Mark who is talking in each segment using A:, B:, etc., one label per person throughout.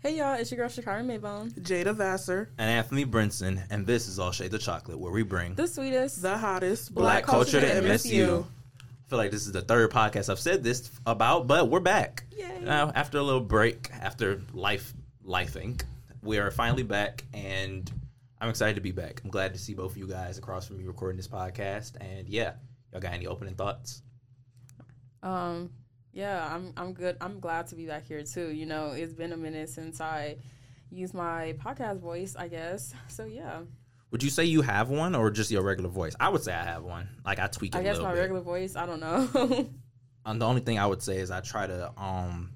A: Hey y'all, it's your girl Shakira Maybone.
B: Jada Vassar,
C: and Anthony Brinson, and this is All Shade the Chocolate, where we bring
A: The sweetest.
B: the hottest
C: black, culture to MSU.
B: MSU.
C: I feel like this is the third podcast I've said this about, but we're back.
A: Yay.
C: Now, after a little break, after life, lifing, we are finally back, and I'm excited to be back. I'm glad to see both of you guys across from me recording this podcast, and yeah, y'all got any opening thoughts?
A: Um, yeah, I'm I'm good. I'm glad to be back here too. You know, it's been a minute since I used my podcast voice, I guess. So yeah,
C: Would you say you have one, or just your regular voice? I would say I have one. Like I tweak it
A: I
C: a
A: guess
C: little
A: my
C: bit.
A: regular voice. I don't know.
C: Um, the only thing I would say is I try to um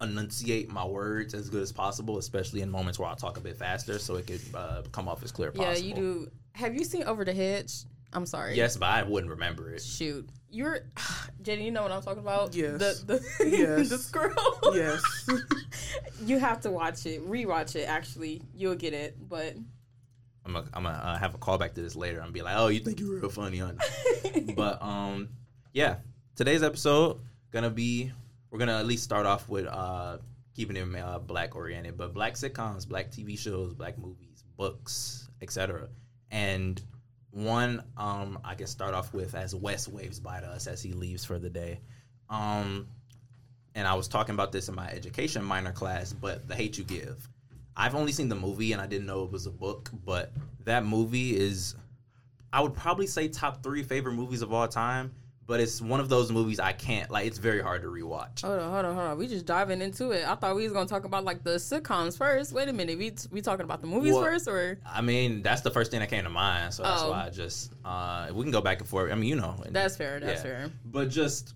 C: enunciate my words as good as possible, especially in moments where I talk a bit faster, so it could uh, come off as clear as
A: yeah,
C: possible.
A: you do. Have you seen Over the Hedge? I'm sorry.
C: Yes, but I wouldn't remember it.
A: Shoot, you're Jenny. You know what I'm talking about?
B: Yes.
A: The the,
B: Yes.
A: the squirrel.
B: Yes.
A: You have to watch it, rewatch it. Actually, you'll get it. But
C: I'm gonna I'm gonna, uh, have a callback to this later and be like, "Oh, you think you're real funny, huh?" but um, yeah, today's episode gonna be we're gonna at least start off with uh keeping it uh, black oriented, but black sitcoms, black TV shows, black movies, books, etc. And one um I can start off with as Wes waves by to us as he leaves for the day. Um, and I was talking about this in my education minor class, but The Hate You Give. I've only seen the movie and I didn't know it was a book, but that movie is, I would probably say top three favorite movies of all time, but it's one of those movies I can't, like, it's very hard to rewatch.
A: Hold on, hold on, hold on. We just diving into it. I thought we was gonna talk about like the sitcoms first. Wait a minute, we we talking about the movies
C: Well-
A: first or?
C: I mean, that's the first thing that came to mind, so that's
A: Oh.
C: why I just, uh, we can go back and forth. I mean, you know. and-
A: That's fair. That's
C: Yeah.
A: fair.
C: But just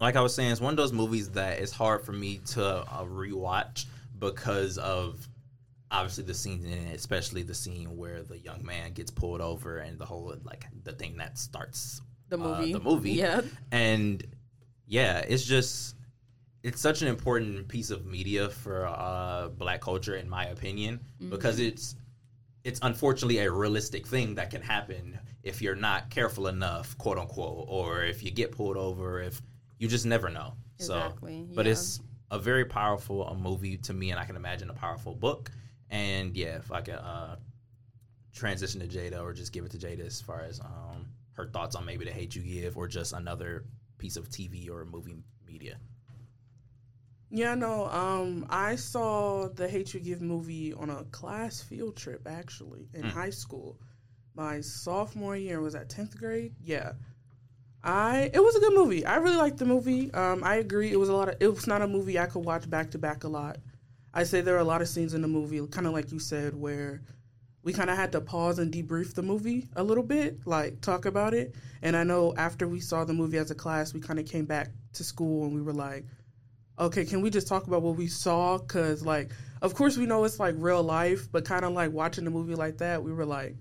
C: like I was saying, it's one of those movies that it's hard for me to uh, rewatch because of obviously the scenes in it, especially the scene where the young man gets pulled over and the whole like the thing that starts
A: The
C: uh,
A: movie.
C: the movie.
A: Yeah.
C: and yeah, it's just it's such an important piece of media for uh, black culture, in my opinion,
A: Mm-hmm.
C: because it's it's unfortunately a realistic thing that can happen if you're not careful enough, quote unquote, or if you get pulled over, if you just never know.
A: Exactly,
C: So, but
A: yeah.
C: it's a very powerful a movie to me, and I can imagine a powerful book. And yeah, if I can uh, transition to Jada or just give it to Jada as far as um, her thoughts on maybe the hate you give or just another piece of TV or movie media.
B: Yeah, no. Um, I saw the Hate You Give movie on a class field trip actually in high school. My sophomore year was that tenth grade. Yeah, I it was a good movie. I really liked the movie. Um, I agree. It was a lot of. It was not a movie I could watch back to back a lot. I say there are a lot of scenes in the movie, kind of like you said, where we kind of had to pause and debrief the movie a little bit, like talk about it. And I know after we saw the movie as a class, we kind of came back to school and we were like, okay, can we just talk about what we saw? Because, like, of course, we know it's like real life, but kind of like watching the movie like that, we were like,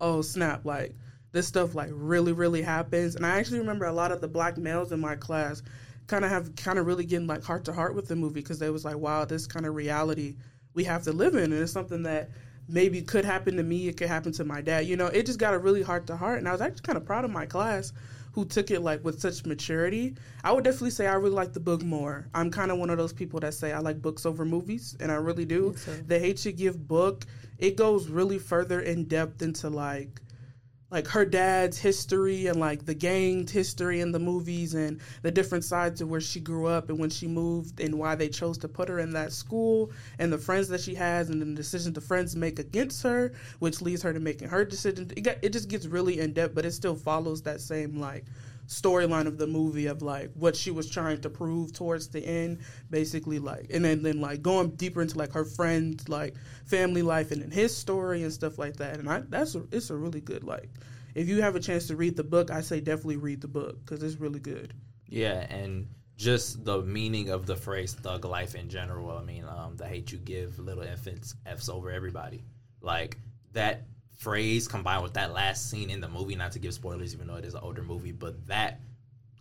B: oh, snap, like, this stuff like really, really happens. And I actually remember a lot of the black males in my class kind of have kind of really getting like heart to heart with the movie because they was like, wow, this kind of reality we have to live in. And it's something that maybe could happen to me, it could happen to my dad. You know, it just got a really heart to heart. And I was actually kind of proud of my class who took it like with such maturity. I would definitely say I really like the book more. I'm kind of one of those people that say I like books over movies, and I really do. The Hate You Give book, it goes really further in depth into like like her dad's history and like the gang's history in the movies and the different sides of where she grew up and when she moved and why they chose to put her in that school and the friends that she has and the decisions the friends make against her which leads her to making her decision it, got, it just gets really in depth but it still follows that same like storyline of the movie of like what she was trying to prove towards the end basically like and then, then like going deeper into like her friends like family life and then his story and stuff like that and I that's a, it's a really good like if you have a chance to read the book I say definitely read the book because it's really good
C: Yeah, and just the meaning of the phrase thug life in general. I mean, um, the hate you give little infants F's over everybody. Like that phrase combined with that last scene in the movie, not to give spoilers, even though it is an older movie, but that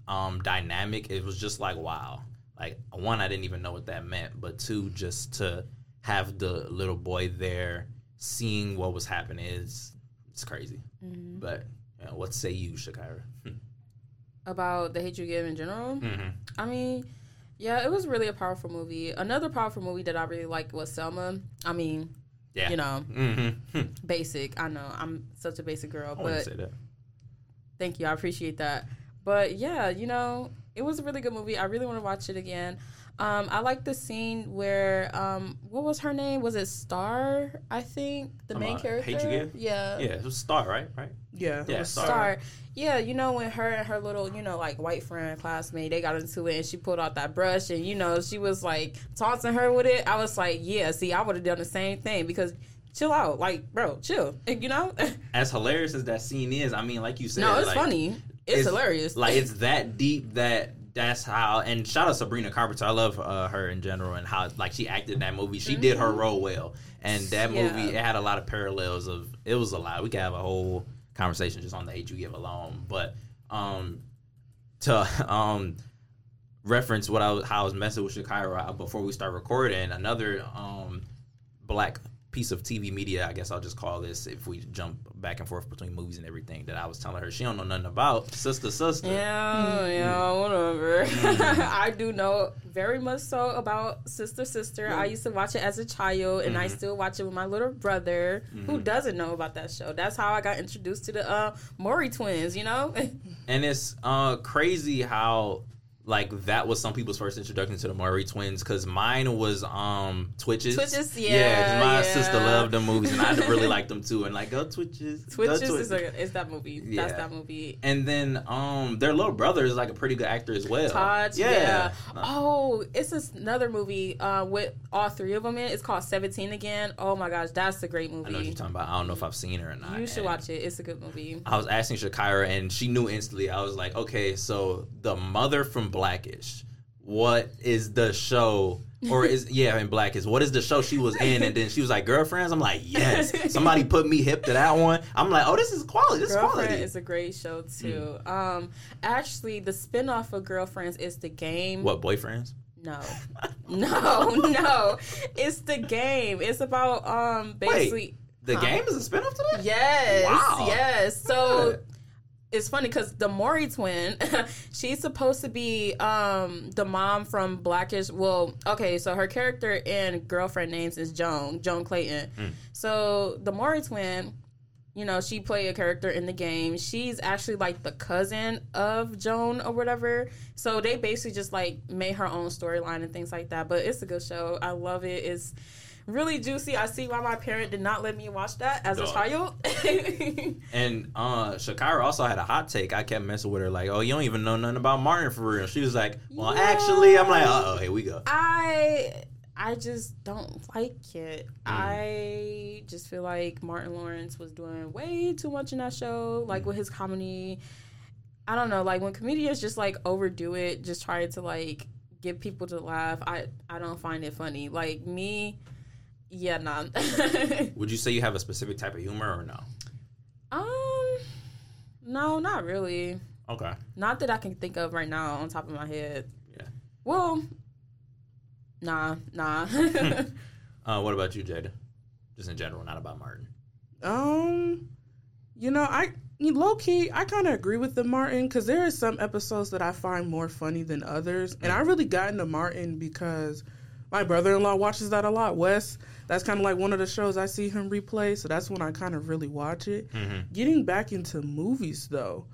C: um, dynamic, it was just like, wow. Like, one, I didn't even know what that meant, but two, just to have the little boy there seeing what was happening is it's crazy. But uh, what say you, Shakira? Mm. Mm-hmm.
A: About the hate you give in general. I mean, Yeah, it was really a powerful movie. Another powerful movie that I really liked was Selma. I mean,
C: Yeah.
A: you know,
C: mm-hmm.
A: basic. I know I'm such a basic girl,
C: I wouldn't
A: but
C: say that.
A: Thank you. I appreciate that. But yeah, you know, it was a really good movie. I really want to watch it again. Um, I like the scene where um, what was her name? Was it Star? I think the
C: Um,
A: main
C: uh, Hate
A: character.
C: You Give?
A: Yeah.
C: Yeah, it was Star, right? Right.
B: Yeah. it
C: Yeah,
B: was
C: sorry.
A: Star. Yeah, you know when her and her little, you know, like white friend classmate, they got into it, and she pulled out that brush, and you know she was like taunting her with it. I was like, yeah, see, I would have done the same thing because chill out, like, bro, chill, you know.
C: As hilarious as that scene is, I mean, like you said,
A: no, it's
C: like,
A: funny. It's, hilarious.
C: Like it's that deep that that's how. And shout out Sabrina Carpenter. I love uh, her in general and how like she acted in that movie. She did her role well, and that
A: Mm-hmm. Yeah.
C: movie it had a lot of parallels of. It was a lot. We could have a whole conversation just on the hate you give alone, but um, to um reference what I was how I was messing with Shakira before we start recording another um black piece of TV media, I guess I'll just call this if we jump back and forth between movies and everything that I was telling her she don't know nothing about. Sister sister.
A: Yeah,
C: Hmm.
A: yeah, whatever.
C: Mm-hmm.
A: I do know very much so about Sister Sister. I
C: Mm-hmm.
A: used to watch it as a child, and I still watch it with my little brother,
C: Mm-hmm.
A: who doesn't know about that show. That's how I got introduced to the uh, Maury twins. You know,
C: And it's uh crazy how like that was some people's first introduction to the Murray twins because mine was um Twitches.
A: Twitches,
C: because
A: yeah,
C: my
A: yeah.
C: sister loved the movies and I really liked them too. And like, go Twitches, go
A: Twitches
C: Twitches.
A: is, a, is that movie.
C: Yeah.
A: That's that movie.
C: and then um their little brother is like a pretty good actor as well.
A: Todd, yeah.
C: Uh-huh.
A: Oh, it's this another movie uh, with all three of them in. it. It's called Seventeen Again. Oh my gosh, that's a great
C: I know what you're
A: movie.
C: talking about. I don't know if I've seen her or not.
A: You should
C: And
A: watch it. It's a good movie.
C: I was asking Shakira, and she knew instantly. I was like, okay, so the mother from Blackish, what is the show? Or is yeah, in Blackish, what is the show she was in? And then she was like, girlfriends. I'm like, yes. Somebody put me hip to that one. I'm like, oh, this is quality. This is
A: Girlfriend
C: quality. Mm.
A: is a great show too. Um, actually, the spinoff of Girlfriends is the game.
C: what boyfriends?
A: No, no, no. It's the game. It's about um basically.
C: The
A: Huh.
C: game is a spinoff to that.
A: Yes,
C: Wow.
A: yes. So
C: Good.
A: it's funny because the Maury twin, she's supposed to be um, the mom from Blackish. Well, okay, so her character in Girlfriend Names is Joan, Joan Clayton.
C: Mm.
A: So the Maury twin, you know, she played a character in the game. She's actually like the cousin of Joan or whatever. So they basically just like made her own storyline and things like that. But it's a good show. I love it. It's really juicy. I see why my parent did not let me watch that as
C: Dog.
A: a child.
C: And uh Shakira also had a hot take. I kept messing with her, like, oh, you don't even know nothing about Martin for real. She was like, well,
A: Yeah.
C: actually, I'm like, oh, here we go.
A: I I just don't like it.
C: Mm.
A: I just feel like Martin Lawrence was doing way too much in that show, like with his comedy. I don't know, like when comedians just like overdo it, just try to like get people to laugh. I I don't find it funny. Like me, yeah, nah.
C: Would you say you have a specific type of humor or no?
A: um, no, not really.
C: Okay.
A: Not that I can think of right now on top of my head.
C: Yeah.
A: Well, nah, nah.
C: Uh, what about you, Jada? Just in general, not about Martin.
B: Um, you know, I low key, I kind of agree with the Martin because there are some episodes that I find more funny than others, and I really got into Martin because my brother in law watches that a lot. Wes, that's kind of like one of the shows I see him replay, so that's when I kind of really watch it. Getting back into movies though,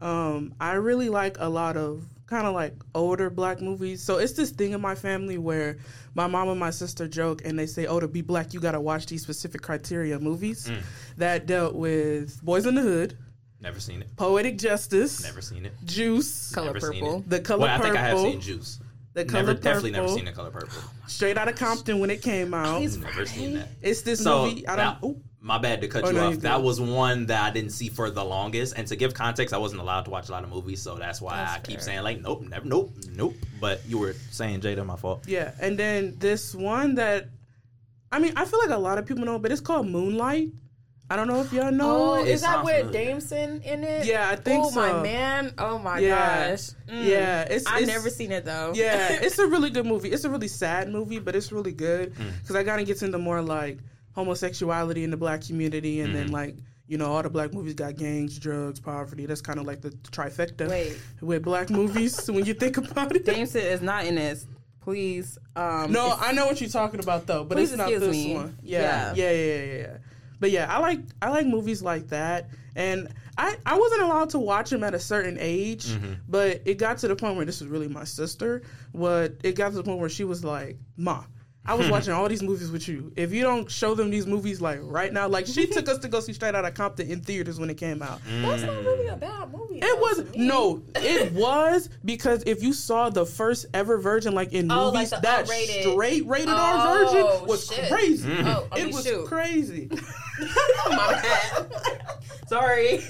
B: um, I really like a lot of kind of like older black movies. So it's this thing in my family where my mom and my sister joke and they say, "Oh, to be black, you gotta watch these specific criteria movies."
C: Mm.
B: That dealt with Boys in the Hood,
C: Never seen it.
B: Poetic Justice,
C: Never seen it.
B: Juice,
A: Color
C: Never seen
A: Purple.
C: it.
B: The Color
C: well, I think I have
B: Purple.
C: seen Juice.
B: The Color
C: never, definitely never
B: Purple.
C: seen the color purple.
B: Straight Out of Compton when it came out.
A: He's
C: never seen that.
B: It's this
C: So
B: movie. I
C: that-
B: don't. ooh.
C: my bad to cut
B: Oh,
C: you
B: no,
C: off.
B: you're
C: that
B: good.
C: was one that I didn't see for the longest. And to give context, I wasn't allowed to watch a lot of movies, so that's why
A: That's
C: I keep
A: fair.
C: saying like, nope, never, nope, nope. But you were saying Jada, my fault.
B: Yeah, and then this one that, I mean, I feel like a lot of people know, but it's called Moonlight. I don't know if y'all know.
A: Oh,
B: it.
C: it
A: is that
C: sounds
A: with
C: familiar.
A: Damson in it?
B: Yeah, I think
A: oh, my
B: so.
A: man. Oh my
B: Yeah.
A: gosh. Mm.
B: yeah, it's,
A: I've
B: it's-
A: never seen it though.
B: Yeah, it's a really good movie. It's a really sad movie, but it's really good because I kind of gets into more like homosexuality in the black community, and then like You know, all the black movies got gangs, drugs, poverty. That's kind of like the trifecta
A: Wait.
B: with black movies when you think about it.
A: Jameson is not in this. Please. Um,
B: No,
A: it's-
B: I know what you're talking about though, but
A: Please
B: it's not
A: excuse
B: this
A: me.
B: one. Yeah, yeah, yeah, yeah, yeah, yeah. But yeah, I like I like movies like that, and I I wasn't allowed to watch them at a certain age, but it got to the point where this was really my sister. But it got to the point where she was like, "Ma." I was watching all these movies with you. If you don't show them these movies like right now, like she took us to go see Straight Outta Compton in theaters when it came out.
A: that's not really a bad movie.
B: It was no, it was because if you saw the first ever Virgin, like in
A: Oh, like
B: movies,
A: the
B: that
A: unrated.
B: straight rated
A: Oh,
B: R Virgin was
A: shit.
B: crazy.
A: Oh, I mean,
B: It was
A: shoot. Oh,
B: crazy.
A: My bad. Sorry.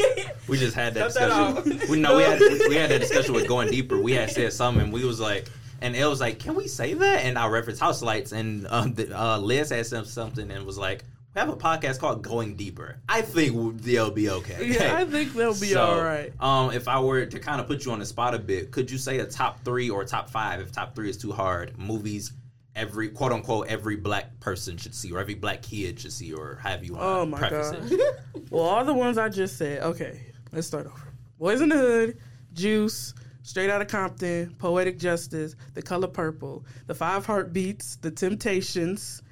C: We just had
A: Cut
C: that
A: that
C: discussion. we no, we had we had that discussion with going deeper. We had said something, and we was like, and it was like, can we say that? And I referenced House Lights, and um, the, uh, Liz had said something and was like, we have a podcast called Going Deeper. I think they'll be okay.
B: yeah, I think they'll be
C: So,
B: all right.
C: Um, if I were to kind of put you on the spot a bit, could you say a top three or top five? If top three is too hard, movies every quote unquote every black person should see or every black kid should see or have you want
B: Oh my
C: Uh, preface
B: god.
C: it.
B: well, all the ones I just said. Okay, let's start over. Boys in the Hood, Juice, Straight Outta Compton, Poetic Justice, The Color Purple, The Five Heartbeats, The Temptations.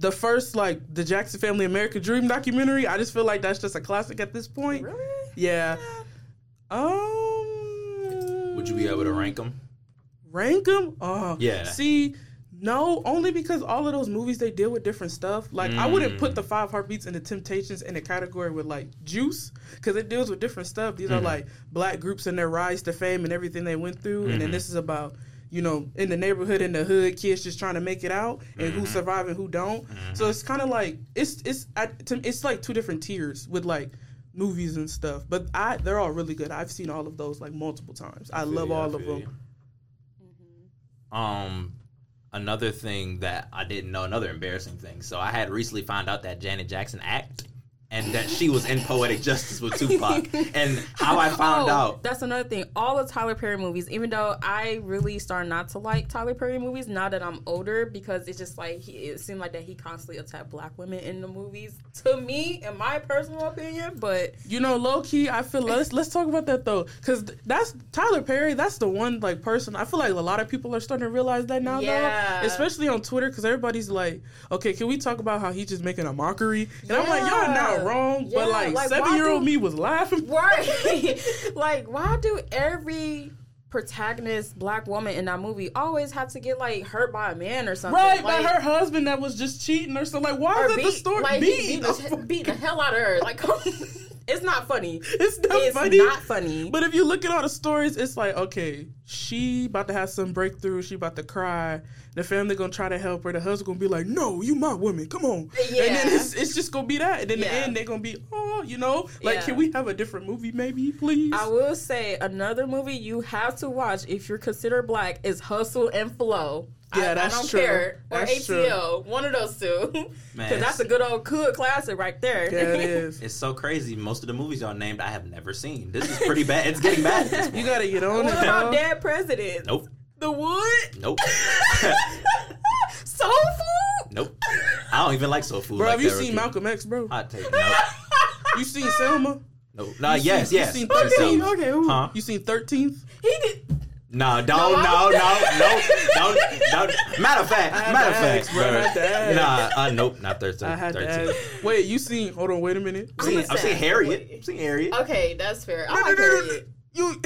B: The first, like the Jackson Family American Dream documentary, I just feel like that's just a classic at this point. Yeah. Um.
C: Would you be able to rank them?
B: rank them? Oh,
C: Yeah.
B: See, no, only because all of those movies they deal with different stuff. Like I wouldn't put the Five Heartbeats and the Temptations in a category with like Juice because it deals with different stuff. These
C: Mm-hmm.
B: are like black groups and their rise to fame and everything they went through, and
C: Mm-hmm.
B: then this is about. You know, in the neighborhood, in the hood, kids just trying to make it out, and
C: Mm-hmm.
B: who survive and who don't. So it's kind of like it's it's I, to- it's like two different tiers with like movies and stuff. But I they're all really good. I've seen all of those like multiple times. I, love
C: you, I
B: all of
C: feel
B: them.
C: you. Um, another thing that I didn't know, another embarrassing thing. So I had recently found out that Janet Jackson act and that she was in Poetic Justice with Tupac. And how I found
A: Oh,
C: out.
A: That's another thing. All the Tyler Perry movies, even though I really start not to like Tyler Perry movies now that I'm older, because it's just like he, it seemed like that he constantly attacked black women in the movies. To me, in my personal opinion, but
B: You know, low key, I feel let's let's talk about that though, because that's Tyler Perry. That's the one like person I feel like a lot of people are starting to realize that now,
A: Yeah.
B: though, especially on Twitter, because everybody's like, okay, can we talk about how he's just making a mockery? And I'm like, y'all
A: Yeah.
B: not wrong, but
A: Yeah, like,
B: like,
A: why
B: seven year old
A: do-
B: me was laughing.
A: right, like why do every protagonist black woman in that movie always have to get like hurt by a man or something?
B: Right,
A: like,
B: by her husband that was just cheating or something. Like, why
A: or
B: is that the
A: beat-
B: story?
A: like, he
B: beating.
A: beat the, beat the hell out of her. Like, it's not funny.
B: It's not
A: It's
B: funny.
A: not funny.
B: But if you look at all the stories, it's like, okay, she about to have some breakthrough. She about to cry. The family gonna try to help her. The husband gonna be like, no, you my woman. Come on. And
A: Yeah.
B: then it's, it's just gonna be that. And in
A: Yeah.
B: the end, they gonna be, oh, you know, like,
A: Yeah.
B: can we have a different movie maybe, please?
A: I will say another movie you have to watch if you're considered black is Hustle and Flow. I-
B: Yeah, that's
A: I don't
B: true.
A: Care. Or
B: That's true.
A: ATL, one of those two.
C: Man,
A: Because that's a good old hood classic right there.
B: yeah, it is.
C: It's so crazy. Most of the movies y'all named, I have never seen. This is pretty bad. It's getting bad. at this point.
B: You gotta get on
A: What
B: it.
A: about
B: dog.
A: Dead President?
C: Nope.
A: The Wood?
C: Nope.
A: Soul Food?
C: nope. I don't even like soul food.
B: Bro,
C: like
B: have you
C: that,
B: seen
C: Ricky.
B: Malcolm X, bro?
C: I take no.
B: You seen Selma?
C: Nope. Nah, yes,
B: You
C: yes.
B: seen
C: Myself.
B: 13th? Okay, ooh.
C: Huh?
B: You seen 13th?
A: He did.
C: No, don't, no,
A: No,
C: no,
A: I-
C: no, no, no, Matter of fact,
B: had
C: matter
B: to
C: of fact,
B: ask, bro, I had to ask.
C: nah, uh, nope, not thirteen.
B: I had
C: thirteen.
B: to ask. Wait, you seen, hold on, wait a minute.
C: I've seen,
A: I'ma
C: I've
A: say-
C: seen Harriet. I've seen Harriet.
A: Okay, that's fair. I
B: No,
A: like
B: no, no, no,
A: Harriet.
B: You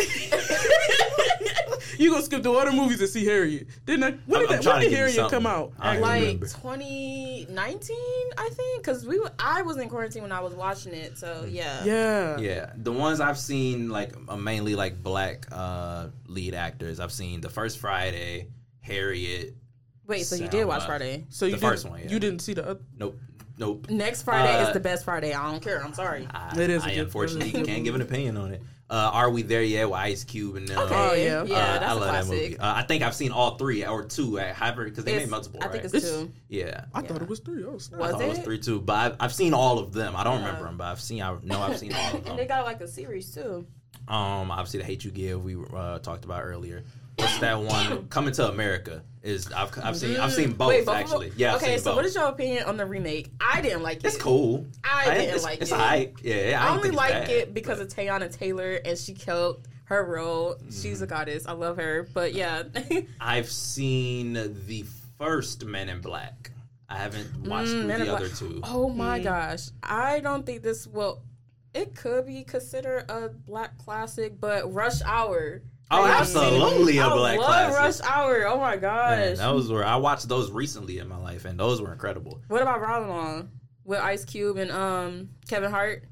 B: you gonna skip the other movies and see Harriet? Then I, when
C: I'm-
B: did,
C: I'm
B: that,
C: trying
B: when
C: to
B: did
C: give you
B: Harriet
C: something.
B: come out?
C: I don't
A: like
C: remember.
A: 2019, I think, because we were, I was in quarantine when I was watching it, so yeah.
B: yeah,
C: Yeah, the ones I've seen like uh, mainly like black uh, lead actors. I've seen the first Friday, Harriet.
A: Wait, so you did
C: Sound
A: watch
C: up.
A: Friday?
B: So you
C: The
B: didn't,
C: first one, yeah.
B: you didn't see the other.
C: Nope, nope.
A: Next Friday
C: Uh,
A: is the best Friday. I don't care. I'm sorry.
C: I,
B: It is a
C: I
B: good-
C: unfortunately
B: it is a good
C: can't give an opinion on it. Uh, Are we there yet? With Ice Cube and them.
B: Oh, yeah.
A: Yeah,
C: Uh,
A: that's
C: I
A: a
C: love that
A: classic.
C: movie. Uh, I think I've seen all three or two at Hyper because they
A: It's-
C: made multiple.
A: I think
C: right?
A: it's,
B: It's-
A: two.
C: yeah.
B: I thought it was three. I was like,
A: Was
C: I thought it was
A: it?
C: three too, but I've, I've seen all of them. I don't remember them, but I've seen. I know I've seen all of
A: And they
C: them.
A: got like a series too.
C: Um, obviously the Hate You Give we uh, talked about earlier. what's that one? Coming to America is I've, I've seen I've seen both,
A: Mm. both of them?
C: actually. Yeah, I've
A: okay,
C: seen
A: so
C: both.
A: what is your opinion on the remake? I didn't like it.
C: it's cool.
A: I didn't
C: it's,
A: like
C: it's
A: it.
C: alright. Yeah, I,
A: I
C: don't
A: only
C: think it's
A: like
C: bad.
A: it because of Tayana Taylor and she killed her role.
C: Mm.
A: She's a goddess. I love her. But yeah.
C: I've seen the first Men in Black. I haven't watched
A: Mm, Men in
C: the
A: Black.
C: other two.
A: oh my
C: Mm-hmm.
A: gosh. I don't think this will it could be considered a black classic, but Rush Hour.
C: Oh,
A: I've seen it.
C: absolutely a
A: I
C: black
A: love
C: classic.
A: Rush Hour. Oh my gosh.
C: Man, those were I watched those recently in my life, and those were incredible.
A: What about Ride-Along with Ice Cube and um Kevin Hart?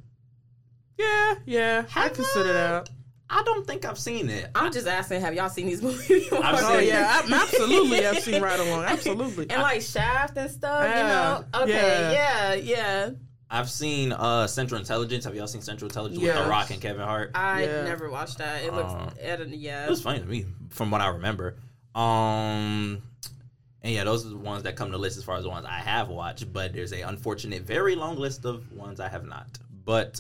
B: Yeah, yeah. I
C: Have
B: consider that.
C: I don't think I've seen it.
A: I'm just asking, have y'all seen these movies? before?
C: I've
B: Oh
C: seen it.
B: yeah, I, absolutely. I've seen Ride Along. Absolutely.
A: and like Shaft and stuff,
B: Yeah,
A: you know? Okay, yeah, yeah.
C: I've seen uh, Central Intelligence. Have y'all seen Central Intelligence with
B: Yes.
C: The Rock and Kevin Hart?
A: I
B: Yeah.
A: never watched that. It looks,
C: Uh,
A: I don't- yeah.
C: It was funny to me, from what I remember. Um, and yeah, those are the ones that come to list as far as the ones I have watched. But there's a unfortunate, very long list of ones I have not. But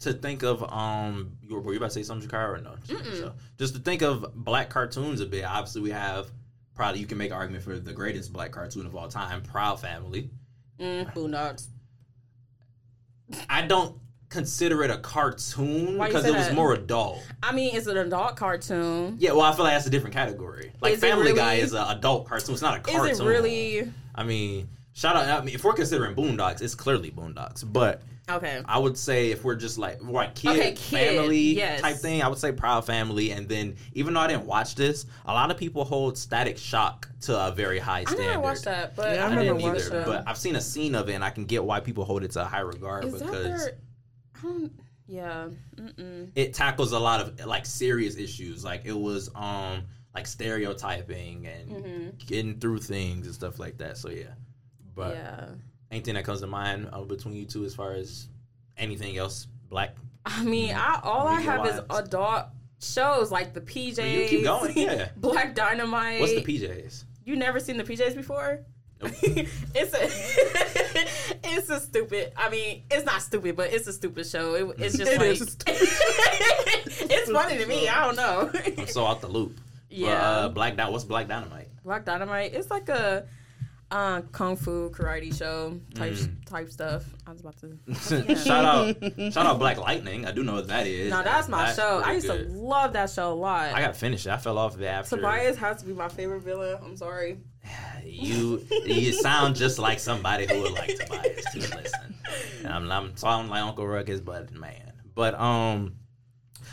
C: to think of um, you were, were you about to say something, Shakira, or no? So, just to think of black cartoons a bit. Obviously, we have probably you can make an argument for the greatest black cartoon of all time, Proud Family.
A: Mm, Boondocks.
C: I don't consider it a cartoon
A: Why you
C: because
A: say
C: it was
A: that?
C: more adult.
A: I mean, it's an adult cartoon.
C: Yeah, well, I feel like that's a different category. Like
A: Is it
C: Family
A: really-
C: Guy is an adult cartoon. It's not a cartoon.
A: Is it really
C: I mean, shout out. I mean, if we're considering Boondocks, it's clearly Boondocks. But
A: okay?
C: I would say if we're just like we're like kid,
A: Okay, kid,
C: family
A: yes.
C: type thing, I would say Proud Family. And then even though I didn't watch this, a lot of people hold Static Shock to a very high
A: I
C: standard.
A: never watched that, but
B: Yeah, I
A: I,
C: I,
A: never
C: didn't
A: watched
C: either,
A: that.
C: but I've seen a scene of it, and I can get why people hold it to a high regard
A: is that
C: because
A: their? I don't. Yeah. Mm-mm.
C: it tackles a lot of like serious issues. Like it was um like stereotyping and
A: Mm-hmm.
C: getting through things and stuff like that. So yeah. But
A: Yeah.
C: anything that comes to mind uh, between you two as far as anything else black?
A: I mean, I all I
C: Legal
A: have is
C: Wives.
A: adult shows like the PJs.
C: You keep going, yeah.
A: Black Dynamite.
C: What's the PJs?
A: You never seen the PJs before?
C: Nope.
A: it's a it's a stupid. I mean, it's not stupid, but it's a stupid show. It, it's just
B: It
A: like
B: is a stupid
A: it's funny to me. I don't know.
C: I'm so out the loop.
A: Yeah.
C: But, uh, black Dynamite. What's Black Dynamite?
A: Black Dynamite. It's like a uh, kung fu karate show type
C: Mm.
A: type stuff. I was about to.
C: shout out, shout out Black Lightning. I do know what that is.
A: No, that's my show. I used to love that show a lot.
C: I got finished. I fell off after
A: Tobias has to be my favorite villain. I'm sorry.
C: You you sound just like somebody who would like Tobias to listen. And I'm I'm sounding like Uncle Ruckus, but man. But um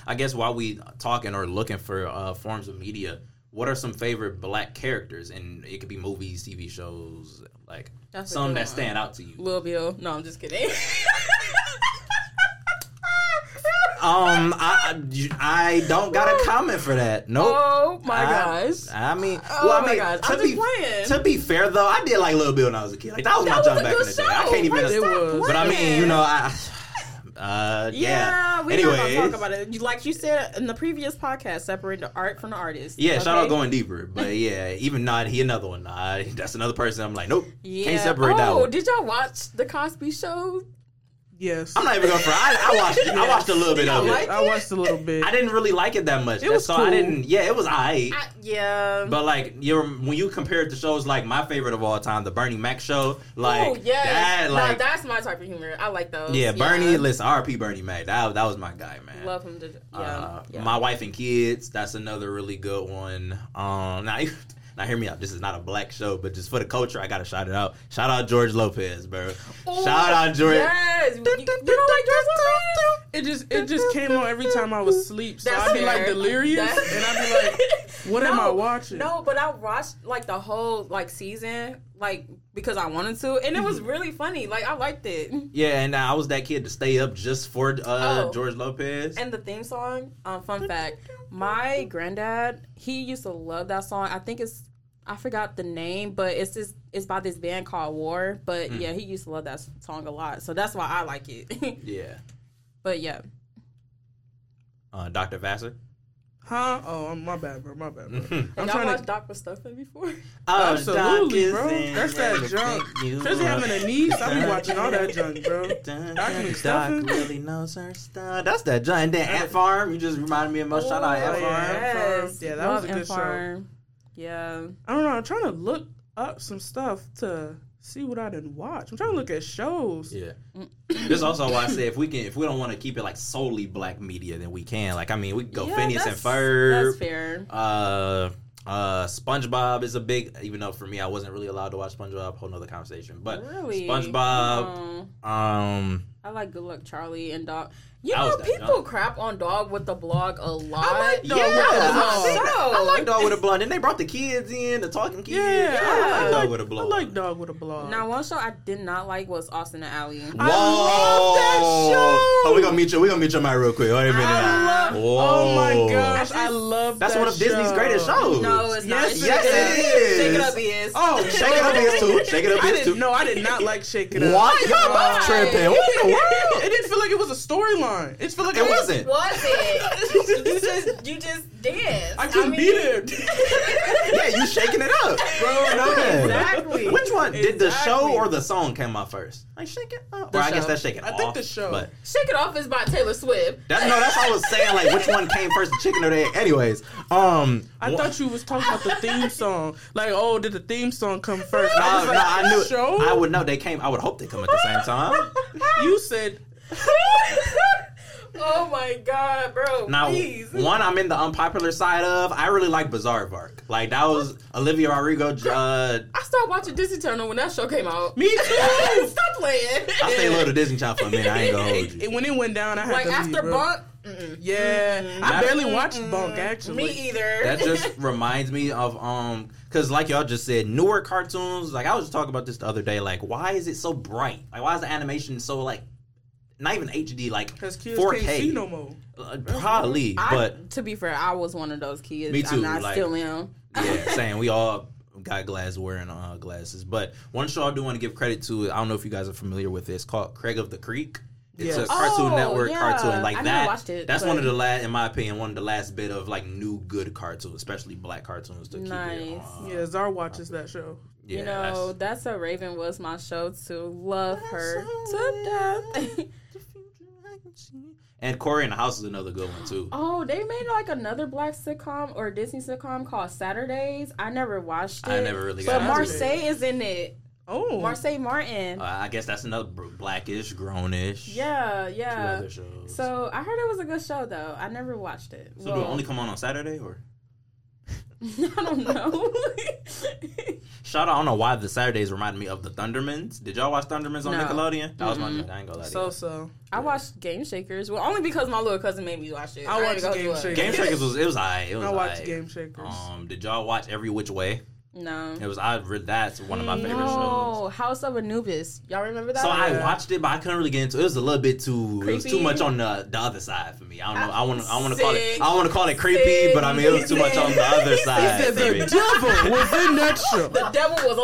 C: I guess while we talking or looking for uh, forms of media, what are some favorite black characters? And it could be movies, TV shows, like
A: That's a
C: some
A: good
C: that
A: one.
C: stand out to you.
A: Lil Bill. No, I'm just kidding.
C: Um, I I- you- I don't got a comment for that. Nope.
A: oh my
C: I-
A: gosh.
C: I mean,
A: Oh
C: well, I
A: my
C: mean,
A: gosh,
C: to
A: I'm
C: be
A: just playing.
C: to be fair though, I did like Little Bill when I was a kid. Like that was my
A: That was
C: jump
A: a
C: back in
A: good
C: the day. I
A: show.
C: can't even.
A: Why
B: It was.
C: But I mean, you
A: playing?
C: know, I. Uh, yeah.
A: Yeah, we are gonna
C: Anyways,
A: talk about it. You- Like you said in the previous podcast, separate the art from the artist.
C: Yeah, shout out
A: okay?
C: going deeper, but yeah, even not he another one. Nah, that's another person. I'm like, nope,
A: Yeah.
C: can't separate
A: oh,
C: that one.
A: did y'all watch the Cosby Show?
B: yes.
C: I'm not even going for. I, I watched. I watched a little bit
A: Y'all
C: of it.
A: like
B: I watched a little bit.
C: I didn't really like it that much.
B: It was
C: so I
B: cool.
C: didn't. Yeah, it was alright.
A: I, yeah.
C: But like you're when you compare it to shows like my favorite of all time, the Bernie Mac show, like
A: oh yes.
C: that,
A: Nah,
C: like
A: that's my type of humor. I like those.
C: yeah, Bernie. Listen, R.P. Bernie Mac. That that was my guy, man.
A: Love him. To, yeah,
C: Uh,
A: yeah.
C: My wife and kids. That's another really good one. Um, now, now hear me out. This is not a black show, but just for the culture, I gotta shout it out. Shout out George Lopez, bro.
A: Oh,
C: shout out George.
A: Yes. You, you don't like George Lopez?
B: It just it just came on every time I was asleep. So
A: That's
B: I'd be
A: fair.
B: like delirious
A: That's-
B: and I'd be like, what am I watching?
A: No, but I watched like the whole like season, like because I wanted to, and it was
C: Mm-hmm.
A: really funny. Like I liked it.
C: Yeah, and I was that kid to stay up just for uh,
A: Oh.
C: George Lopez.
A: And the theme song, um, fun fact, my granddad, he used to love that song. I think it's I forgot the name, but it's this it's by this band called War. But
C: Hmm.
A: yeah, he used to love that song a lot. So that's why I like it.
C: yeah,
A: but yeah.
C: uh, Doctor Vassar.
B: Huh? Oh, I'm- my bad, bro. My bad, bro. I'm
D: y'all
B: trying
D: watched
B: to.
D: Dr. Stuffin before?
C: Oh,
B: Absolutely,
C: Doc
B: bro.
C: is
B: That's
C: in.
B: that
C: Really
B: junk.
C: think you
B: Especially
C: are.
B: having a niece, I be watching all that junk, bro.
C: Dun,
B: Doc
C: dun,
B: McStuffin?
C: Doc really knows her stuff. That's that junk. And then Ant Farm, you just reminded me of much. Shout out
B: Oh,
C: Ant Farm.
B: yeah, Farm. Yeah, that was
A: Love
B: a good
A: and
B: show.
A: Farm. Yeah.
B: I don't know. I'm trying to look up some stuff to see what I didn't watch. I'm trying to look at shows.
C: Yeah. That's also why I say if we can, if we don't want to keep it like solely black media, then we can. Like, I mean, we can go
A: yeah,
C: Phineas and
A: that's- That's
C: Ferb.
A: fair.
C: Uh, uh, SpongeBob is a big, even though for me I wasn't really allowed to watch SpongeBob. Whole nother conversation, but
A: Really?
C: SpongeBob.
A: Um,
C: Um,
A: I like Good Luck Charlie and Dog. You
C: I
A: know,
C: was that
A: people
C: dog.
A: crap on Dog with the Blog a lot.
B: I like Dog
C: yeah,
B: with the
C: I,
B: Blonde.
C: seen that. I
A: So-
C: like Dog with a Blonde. And they brought the kids in, the talking kids.
B: Yeah, I, I
C: Dog
B: like,
C: with a
B: I
C: Blonde.
B: like Dog with a Blog.
A: Now, one show I did not like was Austin and Alley.
C: Whoa!
B: love that show!
C: Oh, we gonna meet you. We gonna meet your mind real quick. Wait a minute.
A: I
C: now.
A: love-
B: oh
C: Whoa.
B: my gosh, I love
C: uh, That's
B: that
C: one of Disney's
B: show.
C: greatest shows.
A: No, it's not.
B: Yes,
A: It's
B: yes,
A: Shake
C: it is.
A: Shake it up is.
B: Oh,
C: Shake it up is too. Shake it up
B: I
C: is too.
B: didn't. No, I did not like Shake It Up.
C: What? Y'all both
A: Why?
C: tripping. What in the
B: It
C: world?
B: didn't feel like it was a storyline. It felt like
C: It
B: I was-
C: wasn't.
A: Was it? you just you just danced.
B: I couldn't
A: mean,
B: be there.
C: Yeah, you shaking it up.
B: Bro, no,
C: Yeah.
B: exactly.
C: Which one? Did the show
B: Exactly.
C: or the song come out first? Like shake it up.
A: The
C: Or I guess
A: show.
C: that's shake it
B: I
C: off.
B: think the show.
C: But
A: Shake It Off is by Taylor Swift.
C: that, no, that's what I was saying. Like which one came first, the chicken or the egg? Anyways, um,
B: I
C: wha-
B: thought you was talking about the theme song. Like, oh, did the theme song come first?
C: No,
B: I was
C: no,
B: like,
C: I knew. it.
B: Show?
C: I would know they came. I would hope they come at the same time.
B: You said
A: oh my god, bro!
C: Now,
A: please.
C: one I'm in the unpopular side of. I really like Bizarre Vark. Like that was Olivia Rodrigo. Uh,
A: I started watching Disney Channel when that show came out.
B: me too.
A: Stop playing.
C: I stay low to Disney Channel for a minute. I ain't gonna hold you.
B: And when it went down, I had
A: like
B: to leave,
A: after
B: bro.
A: Bunk,
B: Yeah,
C: That-
B: I barely watched Bunk
C: Mm-hmm.
B: actually.
A: me either.
C: That just reminds me of um, cause like y'all just said, newer cartoons. Like I was just talking about this the other day. Like why is it so bright? Like why is the animation so like not even HD? Like
B: Cause kids
C: 4K.
B: can't see no more.
C: Uh, Probably,
A: I-
C: but
A: to be fair, I was one of those kids.
C: Me too,
A: I'm not
C: like-
A: still am.
C: Yeah, saying we all got glass wearing uh, glasses. But one show I do want to give credit to, I don't know if you guys are familiar with it. It's called Craig of the Creek.
B: Yes.
C: It's a Cartoon
A: Oh,
C: Network
A: yeah.
C: cartoon like
A: I never
C: that.
A: watched it,
C: that's
A: but-
C: one of the last, in my opinion, one of the last bit of like new good cartoons, especially black cartoons to keep it.
A: Nice.
C: on.
B: Yeah, Zar watches that show.
C: yeah,
A: you know,
C: that's-
A: that's a Raven was my show too. Love her
C: That's
A: to death.
C: and Corey in the House is another good one too. Uh,
A: oh, they made like another black sitcom or Disney sitcom called Saturdays. I never watched it.
C: I never really
A: But
C: got into it.
A: Marseille is in it.
B: Oh,
A: Marseille Martin.
C: Uh, I guess that's another br- blackish, grownish.
A: yeah,
C: two
A: yeah.
C: other shows.
A: So I heard it was a good show though. I never watched it.
C: so do it only come on on Saturday or?
A: I don't know.
C: Shout out! I don't know why the Saturdays reminded me of the Thundermans. Did y'all watch Thundermans on
A: No.
C: Nickelodeon? That was my I ain't gonna lie.
B: so
C: So,
B: so.
A: I watched Game Shakers. Well, only because my little cousin made me watch it.
B: I
A: ain't
B: watched
A: gonna
B: Game
A: do it.
B: Shakers.
C: Game Shakers was it was I. It was
B: I watched
C: aight.
A: oh,
B: Game Shakers.
C: Um, did y'all watch Every Which Way?
A: No.
C: It was I. re- That's one of my favorite shows.
A: No, House of Anubis. Y'all remember that?
C: So
A: one?
C: I watched it, but I couldn't really get into. It was a little bit too. It was too
A: Creepy.
C: much on the, the other side for me. I don't know. I want. to I want to
A: Sick.
C: call it. I want to call it creepy, but I mean it was too much on the other side.
B: The
C: for me.
B: devil was in that show.
A: the devil was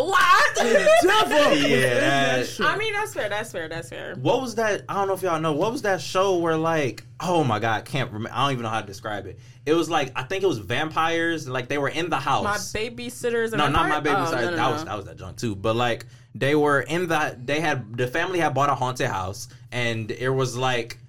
A: alive.
B: devil was in
C: Yeah,
B: that
C: that-
B: show.
A: I mean, that's fair. That's fair. That's fair.
C: What was that? I don't know if y'all know. What was that show where like, oh my god, I can't remember. I don't even know how to describe it. It was like I think it was vampires. Like they were in the house.
A: My babysitters. and
C: no,
A: part-
C: not my baby.
A: Oh,
C: sorry,
A: no, no,
C: that
A: no.
C: was that was that junk too. But like they were in the. They had the family had bought a haunted house, and it was like.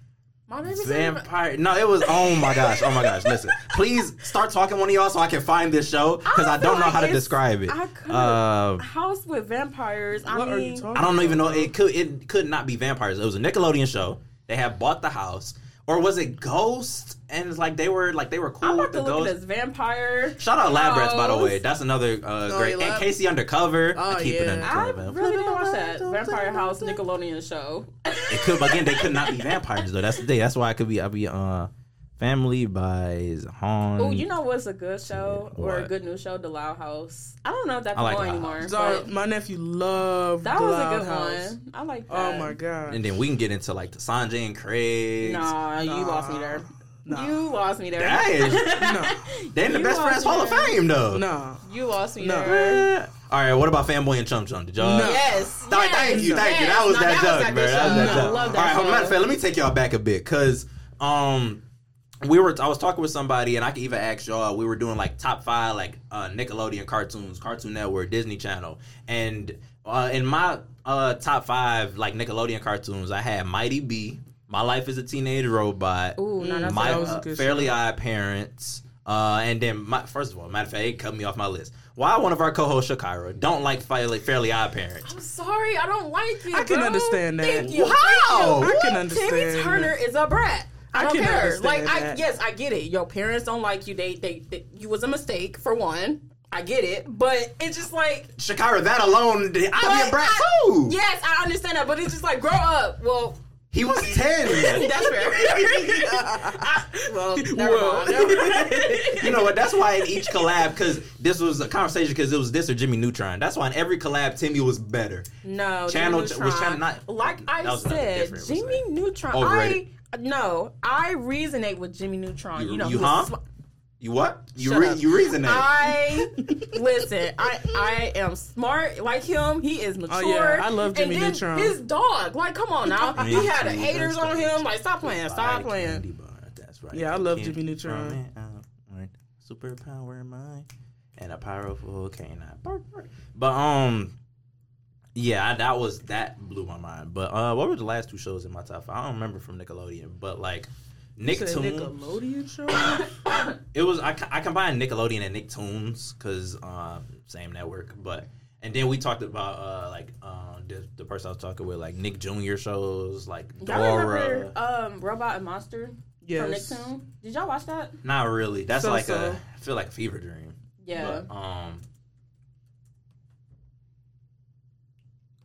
A: my babysitter.
C: Vampire? No, it was. Oh my gosh! Oh my gosh! Listen, please start talking one of y'all so I can find this show because I,
A: I
C: don't
A: feel
C: know
A: like
C: how to
A: it's-
C: describe it. Uh,
A: I could've-
C: Um,
A: House with vampires. I
B: what
A: mean,
B: are you talking?
C: I don't know, even know
B: about?
C: it could it could not be vampires. It was a Nickelodeon show. They had bought the house, or was it Ghost? And it's like they were like they were cool
A: I'm
C: with
A: about
C: the
A: to look at this
C: ghost.
A: vampire.
C: Shout out Lab Rats, by the way.
A: House.
C: That's another uh,
B: Oh,
C: great.
B: yeah,
C: and
B: Lab-
C: Casey Undercover. I
B: Oh,
C: keep it
B: yeah.
A: I
C: undercover.
A: really didn't watch that Vampire House Nickelodeon show.
C: It could again. They could not be vampires though. That's the thing. That's why I could be. I be uh, Family by Hon.
A: Oh, you know what's a good show or a
C: Mm. What?
A: good new show? The Loud House. I don't know if that's
C: I like
A: on
C: Loud
A: anymore.
C: House.
B: Zara,
A: but
B: my nephew loved
A: that
B: the
A: was a
B: Loud
A: good
B: House.
A: one. I like that.
B: Oh my god!
C: And then we can get into like the Sanjay and Craig.
A: Nah, you lost me there.
B: Nah.
A: You lost me there.
C: That is- They in the
A: You
C: Best
A: lost
C: Friends Hall of
A: me.
C: Fame though.
B: Nah,
A: You lost me
B: No.
A: there.
C: All right, what about Fanboy and Chum Chum? Did y'all?
B: No.
A: Yes.
C: Th-
A: yes,
C: thank you, thank you.
A: yes.
C: That was
A: Now,
C: that joke,
A: was
C: bro.
A: good
C: That was
A: show.
C: that
A: I love
C: joke. All right,
A: that
C: hold on, matter of
A: show.
C: fact, let me take y'all back a bit because um, we were I was talking with somebody and I could even ask y'all we were doing like top five like uh, Nickelodeon cartoons Cartoon Network Disney Channel and uh, in my uh, top five like Nickelodeon cartoons I had Mighty B My Life as a Teenage Robot
A: Ooh, no, that's
C: My
B: that was a
C: uh,
B: good
C: Fairly Odd Parents uh, and then my first of all matter of fact it cut me off my list why one of our co-hosts Shakira don't like Fairly, Fairly Odd Parents
A: I'm sorry, I don't like you.
B: I can
A: bro.
B: understand that.
A: Thank you.
C: Wow.
A: Thank you.
B: I can
A: What? Timmy
B: understand
A: Turner is a brat. I,
B: I
A: don't
B: can
A: care.
B: understand
A: Like, I,
B: that.
A: yes, I get it. Your parents don't like you. They, they, they, you was a mistake for one. I get it, but it's just like,
C: Shakira that alone I be a
A: But
C: brat
A: I-
C: too
A: yes, I understand that, but it's just like, grow up. Well,
C: he was ten
A: that's fair. I- well, never
B: Well.
A: mind. Never mind.
C: you know what? That's why in each collab, because this was a conversation, because it was this or Jimmy Neutron. That's why in every collab, Timmy was better.
A: No, Jimmy
C: Channel- was
A: Neutron.
C: Channel not-
A: like
C: that
A: I
C: was another
A: said,
C: different- it was
A: Jimmy
C: like-
A: Neutron.
C: Overrated.
A: I no, I resonate with Jimmy Neutron. You,
C: You-
A: know,
C: you
A: who's
C: huh?
A: sm-
C: You what? You
A: Shut
C: re-
A: up.
C: you reason that?
A: I listen. I I am smart like him. He is mature.
B: Oh, yeah, I love Jimmy
A: and then
B: Neutron.
A: His dog. Like, come on now.
C: Me
A: he had
C: too,
A: haters
C: that's
A: on
C: right.
A: him. Like, stop playing. Stop playing.
C: That's right.
B: Yeah, I love Jimmy Neutron.
C: Superpower mine and a powerful canine. Bark, bark. But um, yeah, I, that was that blew my mind. But uh, what were the last two shows in my top? Five? I don't remember from Nickelodeon, but like
B: It's a
C: Nicktoons.
B: Nickelodeon show.
C: It was I, I combined Nickelodeon and Nicktoons because um, same network, but and then we talked about uh, like uh, the, the person I was talking with, like Nick Junior shows, like
A: Y'all remember
C: Dora.
A: um, Robot and Monster
B: Yes.
A: from Nicktoon? Did y'all watch that?
C: Not really. That's
B: So,
C: like
B: so.
C: a I feel like a fever dream.
A: Yeah.
C: But, um.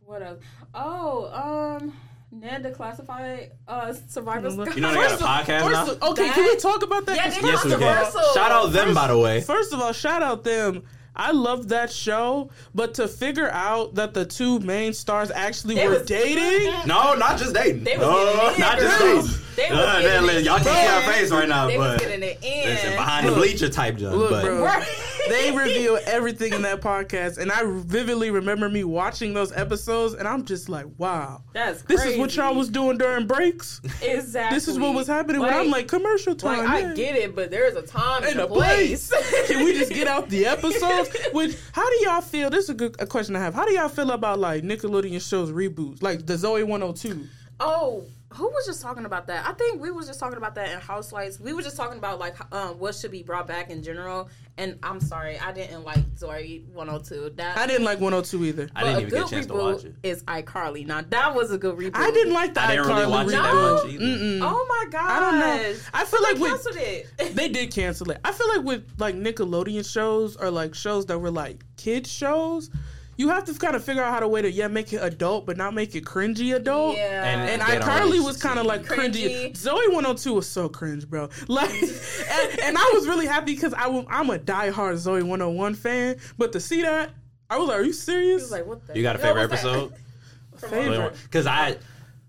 A: What else? Oh, um, Ned the Classified uh, Survivor.
B: Look-
C: You know they got a podcast now.
B: First of, okay, can we talk about that?
A: Yeah, they
C: yes, we
A: Controversial.
C: can. Shout out them by the way.
B: First of all, shout out them. I love that show, but to figure out that the two main stars actually
A: They
B: were
A: was-
B: dating,
C: No, not just dating.
A: They was
C: no,
A: getting it
C: not
A: in,
C: just
A: girl.
C: dating.
A: They was
C: Uh,
A: getting
C: man,
A: it
C: y'all can't see
A: in.
C: our face right now,
A: They was
C: but
A: getting it in.
C: listen, behind the
B: Look.
C: bleacher type jump.
B: Look,
C: but
B: bro.
A: Right.
B: they reveal everything in that podcast, and I vividly remember me watching those episodes, and I'm just like, wow,
A: That's
B: this
A: crazy.
B: is what y'all was doing during breaks.
A: Exactly.
B: This is what was happening when I'm like commercial
A: like
B: time.
A: I
B: yeah.
A: get it, but there is a time and,
B: And
A: a
B: a
A: place.
B: Can we just get out the episodes? Which how do y'all feel? This is a good a question I have. How do y'all feel about like Nickelodeon shows reboots, like the Zoe 102?
A: Oh, who was just talking about that? I think we was just talking about that in House Lights. We were just talking about like h- um, what should be brought back in general. And I'm sorry, I didn't like Zori 102. That
B: I didn't like 102 either.
C: I didn't
A: but
C: even get a chance to watch
A: reboot
C: it.
A: Is iCarly now? That was a good reboot.
B: I didn't like the
C: I didn't really
B: iCarly
C: watch it that
B: reboot.
C: much either.
A: Oh my gosh.
B: I don't know. I feel like
A: They
B: with
A: canceled it.
B: they did cancel it. I feel like with like Nickelodeon shows or like shows that were like kids shows, you have to kind of figure out how to way to yeah make it adult but not make it cringy adult.
A: yeah.
B: And
C: They don't
B: iCarly
C: really
B: was kind of like cringy.
A: Cringy.
B: Zoe 102 was so cringe, bro. Like, and, and I was really happy because I w- I'm a diehard Zoe 101 fan, but to see that, I was like, "Are you serious?"
A: It's like, what the
C: You got a
A: hell
C: favorite
A: was that?
C: episode?
B: favorite,
C: Because I,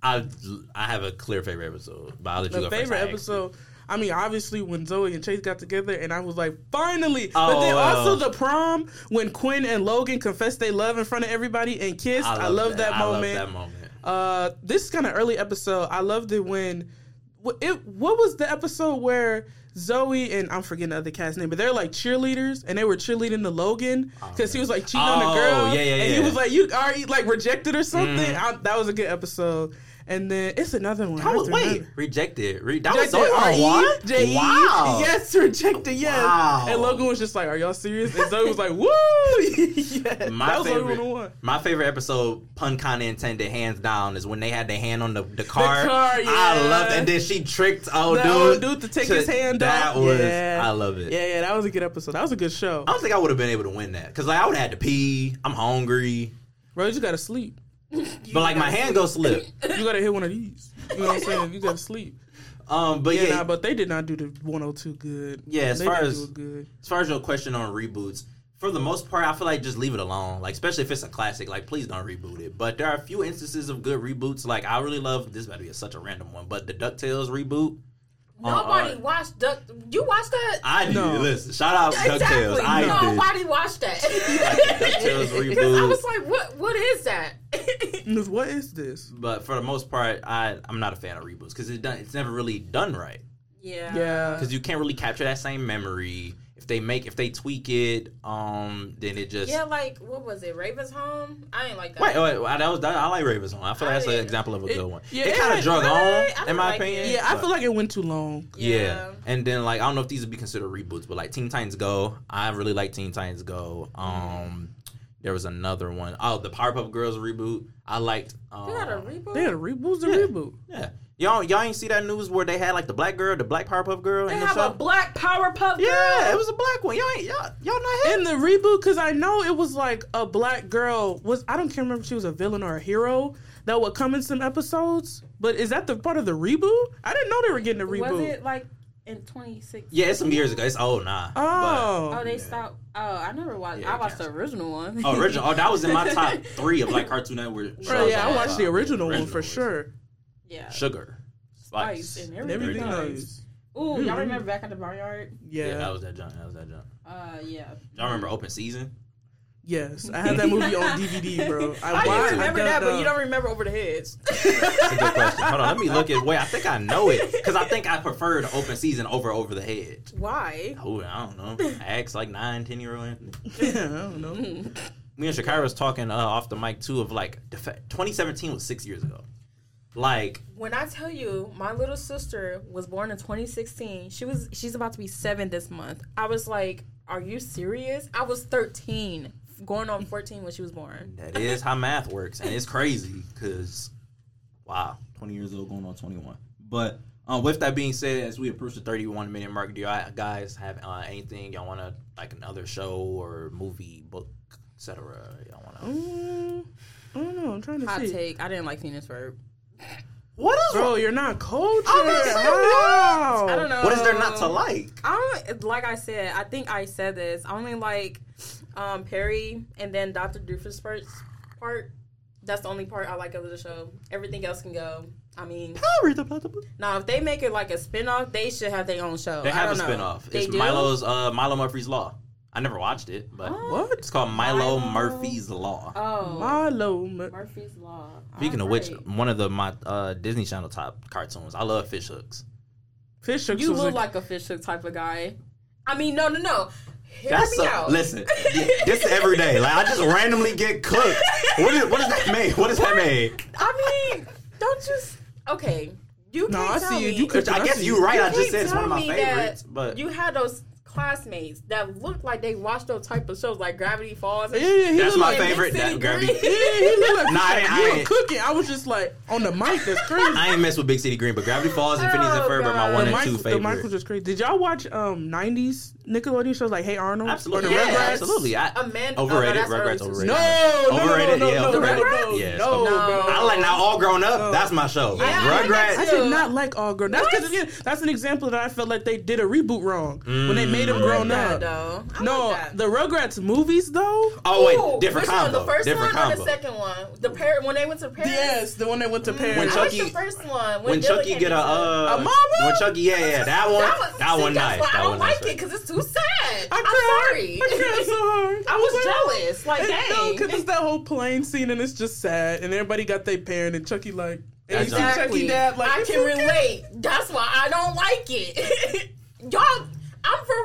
C: I, I have a clear favorite episode. But I'll let you
B: the
C: go first.
B: favorite
C: I ain't-
B: episode. I mean, obviously, when Zoe and Chase got together, and I was like, finally. but
C: Oh,
B: then
C: wow.
B: also the prom when Quinn and Logan confessed they love in front of everybody and kissed. I love, that,
C: I love
B: moment.
C: that moment.
B: Uh, this is kind of early episode. I loved it when wh- it. What was the episode where Zoe and I'm forgetting the other cast name, but they're like cheerleaders and they were cheerleading the Logan because he was like cheating on
C: Oh,
B: the girl.
C: yeah, yeah,
B: And he
C: yeah. Mm-hmm.
B: was like, "You already like rejected or something." I, that was a good episode. And then it's another one. I
C: That
B: have
C: was,
B: to
C: wait,
B: remember.
C: rejected. Re- that was
B: Rejected,
C: so
B: R.E.,
C: oh, what?
B: J.E.,
C: Wow.
B: Yes, rejected. Yes.
C: Wow.
B: And Logan was just like, "Are y'all serious?" And Zoe was like, "Woo!" yeah.
C: My
B: that was
C: favorite,
B: Logan one.
C: my favorite episode, pun kind of intended, hands down, is when they had their hand on the, the car.
B: car,
C: I
B: yeah.
C: love that. And then she tricked old
B: The
C: dude,
B: old dude to take his hand
C: that
B: off.
C: was,
B: Yeah.
C: I love it.
B: Yeah, yeah, that was a good episode. That was a good show.
C: I don't think I would have been able to win that because like I would have had to pee. I'm hungry,
B: Bro, you gotta sleep.
C: but like my hand goes slip.
B: You gotta hit one of these. You know what I'm saying? You gotta sleep.
C: Um, but
B: Yeah,
C: yeah,
B: nah, but they did not do the 102 good.
C: Yeah, as
B: they
C: far
B: didn't
C: as-
B: do it good.
C: as far as your question on reboots, for the most part, I feel like just leave it alone. Like, especially if it's a classic, like please don't reboot it. But there are a few instances of good reboots. Like I really love this. Better be such a random one, but the Ducktales reboot.
A: Nobody
B: Uh-uh.
C: Uh, uh,
A: watched Duck. You watched that?
C: I did.
B: No.
C: Listen, shout out
A: exactly.
C: Ducktales. Oh, I did.
A: Nobody watched that.
C: DuckTales
A: because I
C: reboot.
A: was like, what? What is that?
B: And it's, What is this?
C: But for the most part, I I'm not a fan of reboots because it done, it's never really done right.
A: Yeah.
B: Yeah.
C: because you can't really capture that same memory. If they make, if they tweak it, um, then it just
A: Yeah, like what was it? Raven's home. I ain't like that.
C: Wait, wait, wait, that was that, I like Ravens on. I feel like that's
A: I-
C: an example of a
B: it-
C: good one.
B: yeah,
C: it
B: it
C: kind of
B: had-
C: drug
A: really? I
C: on, in
A: don't
C: my
A: like
C: opinion.
A: it.
B: Yeah, I
C: but-
B: feel like it went too long.
C: yeah.
A: Yeah.
C: and then like I don't know if these would be considered reboots, but like Teen Titans Go, I really like Teen Titans Go. Um, there was another one. Oh, the Powerpuff Girls reboot. I liked. Um,
A: They had a reboot.
B: They had a reboot, the
C: Yeah.
B: reboot.
C: yeah, y'all y'all ain't see that news where they had like the black girl, the black Powerpuff Girl,
A: They
C: in the
A: have
C: show.
A: a black Powerpuff Girl.
C: yeah, it was a black one. Y'all ain't y'all, y'all not hit.
B: In the reboot, because I know it was like a black girl was I don't can't remember if she was a villain or a hero that would come in some episodes. But is that the part of the reboot? I didn't know they were getting a reboot.
A: Was it like in 2016?
C: Yeah, it's some years ago. It's old nah.
B: oh,
A: Oh, they
C: Yeah.
A: stopped. Oh, I never watched.
C: Yeah,
A: I watched
C: cancel.
A: the original one.
C: But, oh, original. Oh, that was in my top three of like Cartoon Network shows.
B: Right, yeah,
C: all
B: I watched
C: time.
B: the original, one
C: Original
B: for
C: was
B: sure.
A: yeah.
C: Sugar,
A: Spice
C: spice, Mm-hmm.
A: and
B: And everything
A: Everything
B: else.
A: else. Ooh, y'all remember back at the barnyard?
B: Yeah.
C: Yeah, that was that junk. That was that junk.
A: Uh, yeah.
C: Y'all remember Open Season?
B: yes, I had that movie on DVD, bro.
A: I
C: do
B: watched it.
A: remember that, but you
B: Duh,
A: don't remember over the heads.
C: That's a good question. Hold on, let me look at. Wait, I think I know it because I think I preferred Open Season over Over the Head.
A: Why?
C: Oh, I don't know. I asked like nine, ten year old.
B: duh. Yeah, I don't know.
C: Me and Shakira was talking uh, off the mic too of like the fa- 2017 was six years ago. Like
A: When I tell you, my little sister was born in 2016. She was she's about to be seven this month. I was like, "Are you serious?" I was 13, going on 14 when she was born.
C: that is how math works, and it's crazy because wow, 20 years old going on 21. But um, with that being said, as we approach the 31 minute mark, do y'all guys have uh, anything y'all want to like another show or movie, book, etc. Y'all want to?
B: Mm, I don't know. I'm trying to
A: Hot
B: see.
A: take: I didn't like Phoenix Verb.
C: What is
B: Bro, you're not cultured.
C: I'm not saying
B: How?
A: I don't know.
C: Oh. What is there not to like?
A: I don't like I said, I think I said this. I only like um Perry and then Dr. Doofus first part. That's the only part I like of the show. Everything else can go. I mean, now if they make it like a spinoff, they should have their own show.
C: They
A: I
C: have a
A: don't know.
C: spinoff.
A: They
C: It's
A: do?
C: Milo's uh, Milo Murphy's Law. I never watched it, but
B: What?
C: it's called Milo,
A: Oh. Milo.
C: Murphy's Law.
A: Oh,
B: Milo. Mur-
A: Murphy's Law.
C: Speaking of which,
A: Alright.
C: one of the my uh, Disney Channel top cartoons. I love Fish Hooks.
B: Fish hooks
A: you
B: was
A: look
B: like,
A: like a fish hook type of guy. I mean, no, no, no. Hear
C: That's
A: me
C: a-
A: out.
C: listen. yeah, this every day. Like I just randomly get cooked. What is what is that made? What is that made?
A: I mean, don't just okay. You
B: No,
A: can't
B: I
A: tell
B: see you.
A: me-
B: You could
C: Which I guess you right. I just said it's one of my
A: You can't tell me
C: favorites.
A: that
C: But
A: you had those classmates that looked like they watched those type of shows like Gravity Falls.
B: yeah,
A: And
B: yeah, he
C: that's
B: looked
C: my
B: like,
A: Big
C: favorite.
A: City
C: That Gravity.
B: Yeah,
A: Green.
B: he looked like
C: Nah, I didn't- I
B: you were
C: didn't-
B: cooking. I was just like on the mic. That's crazy.
C: I ain't mess with Big City Green, but Gravity Falls and Phineas and
A: Oh,
C: Ferb are my
A: God.
C: one
B: the
C: and
B: mic,
C: two
B: the mic
C: favorites.
B: was just crazy. Did y'all watch um '90s Nickelodeon shows like Hey Arnold?
C: Absolutely,
B: Or the
C: yeah,
B: Rugrats?
C: absolutely. I,
A: Amanda- oh, no,
C: overrated.
A: that's early
C: Rugrats
A: season.
C: overrated.
B: No, no, no,
C: Overrated,
B: no, no,
C: yeah,
B: no, no,
A: overrated.
B: no, no,
C: Yeah, it's
B: no,
A: overrated.
B: bro.
C: I like now all grown up. That's my
A: Oh.
C: show.
A: Yeah, I like that
C: Rugrats.
B: I
A: too.
B: did not like all grown. That's
A: What?
B: because again, that's an example that I felt like they did a reboot wrong when they made them
C: Mm,
A: I
B: grown
A: like that,
B: up.
A: though. I
B: No,
A: like that.
B: the Rugrats movies though.
C: Oh wait,
A: Ooh,
C: different
A: which one,
C: combo.
A: the first
C: different
A: one
C: combo.
A: or the second one? The pair when they went to Paris. Mm,
B: Yes, the one that went to Paris.
C: When
A: I
C: Chucky-
A: like the first one
C: when
A: Dylan
C: Chucky
A: came
C: get a
A: into-
C: uh,
B: A mama?
C: When Chucky, yeah, yeah, that one, that,
A: was- see,
C: one,
A: that's
C: nice.
A: why
C: That
A: I don't
C: one
A: like
C: nice.
A: it because it's too sad.
B: I
A: I'm
B: cried.
A: sorry.
B: I cried so hard.
A: I was jealous. Like, dang.
B: because it's that whole plane scene and it's just sad and everybody got their parent and Chucky like and you see Chucky
A: Exactly.
B: dad like
A: I
B: it's
A: can
B: okay.
A: relate. That's why I don't like it. Y'all, I'm for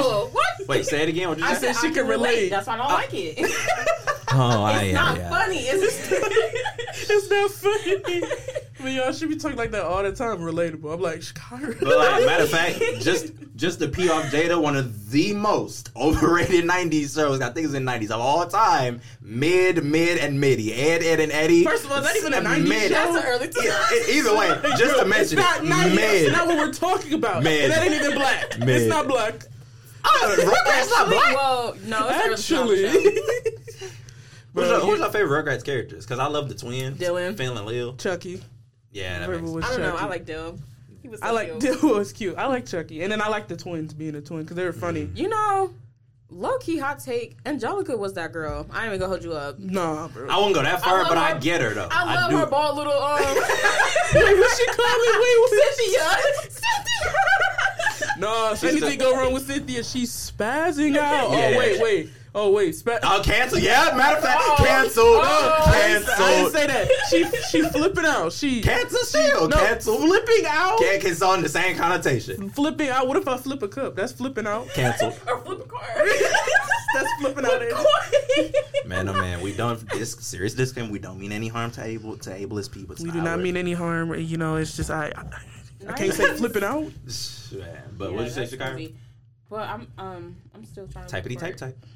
A: real. What?
C: Wait, say it again. What you
A: I
C: say?
A: said
B: she
A: I
B: can relate.
A: That's why I don't like it. it's
C: oh,
A: not funny. It's just.
B: It's not funny. but y'all should be talking like that all the time. Relatable. I'm like Shakira.
C: But like, matter of fact, just just to pee off Jada, one of the most overrated '90s shows. I think it's in '90s of all time. Mid, mid, and middy. Ed, Ed, and Eddie.
B: First of all, not even a 90s
C: Mid.
B: show.
A: That's an early time.
C: Yeah, e- either way, just to
B: it's
C: mention
B: not
C: it,
B: not,
C: mid.
B: it's not what we're talking about.
C: Mid.
B: And that ain't even black.
C: Mid.
B: It's not black.
C: Oh, Rugrats not black.
A: Whoa, no, Oh, it's
B: Actually.
C: Who's
B: Bro,
C: your, who's
B: you-
C: your favorite Rugrats characters? Because I love the twins,
A: Dylan.
C: Phil, and Lil.
B: Chucky.
C: Yeah, that
B: Favorite
C: makes
B: was
A: I
C: sense.
A: don't know.
B: Chucky.
A: I like Dill. He was so
B: I like
A: cute.
B: Dude, it was cute. I like Chucky, and then I like the twins being a twin because they were funny.
C: Mm.
A: You know, low key hot take. Angelica was that girl. I ain't even gonna hold you up.
B: Nah, bro.
C: I wouldn't go that far,
A: love
C: but I
A: her-
C: get her though.
A: I love
C: do.
A: her bald little um.
B: Wait, what she call it? Wait, what?
A: Cynthia. Cynthia.
B: No, if
C: She's
B: anything
C: the-
B: go wrong with Cynthia, she's spazzing out.
C: Yeah.
B: Oh wait, wait. Oh wait, spe-
C: I'll cancel. Yeah, matter of
A: Oh,
C: fact, cancel, cancel,
B: I didn't say that. She she flipping out. She
C: cancel shield,
B: no,
C: cancel.
B: flipping out.
C: Can't cancel in the same connotation.
B: Flipping out. What if I flip a cup? That's flipping out.
C: Cancel,
A: Or flip a card.
B: That's flipping out.
C: man. Oh man, we don't this serious disclaim. We don't mean any harm to able to ableist people. It's
B: We do not
C: our-
B: mean any harm. You know, it's just I I, I can't say flipping out.
C: Man, but what'd you say, Shakira?
A: Well, I'm um I'm still trying to
C: Typeity
A: look for
C: type
A: it.
C: type.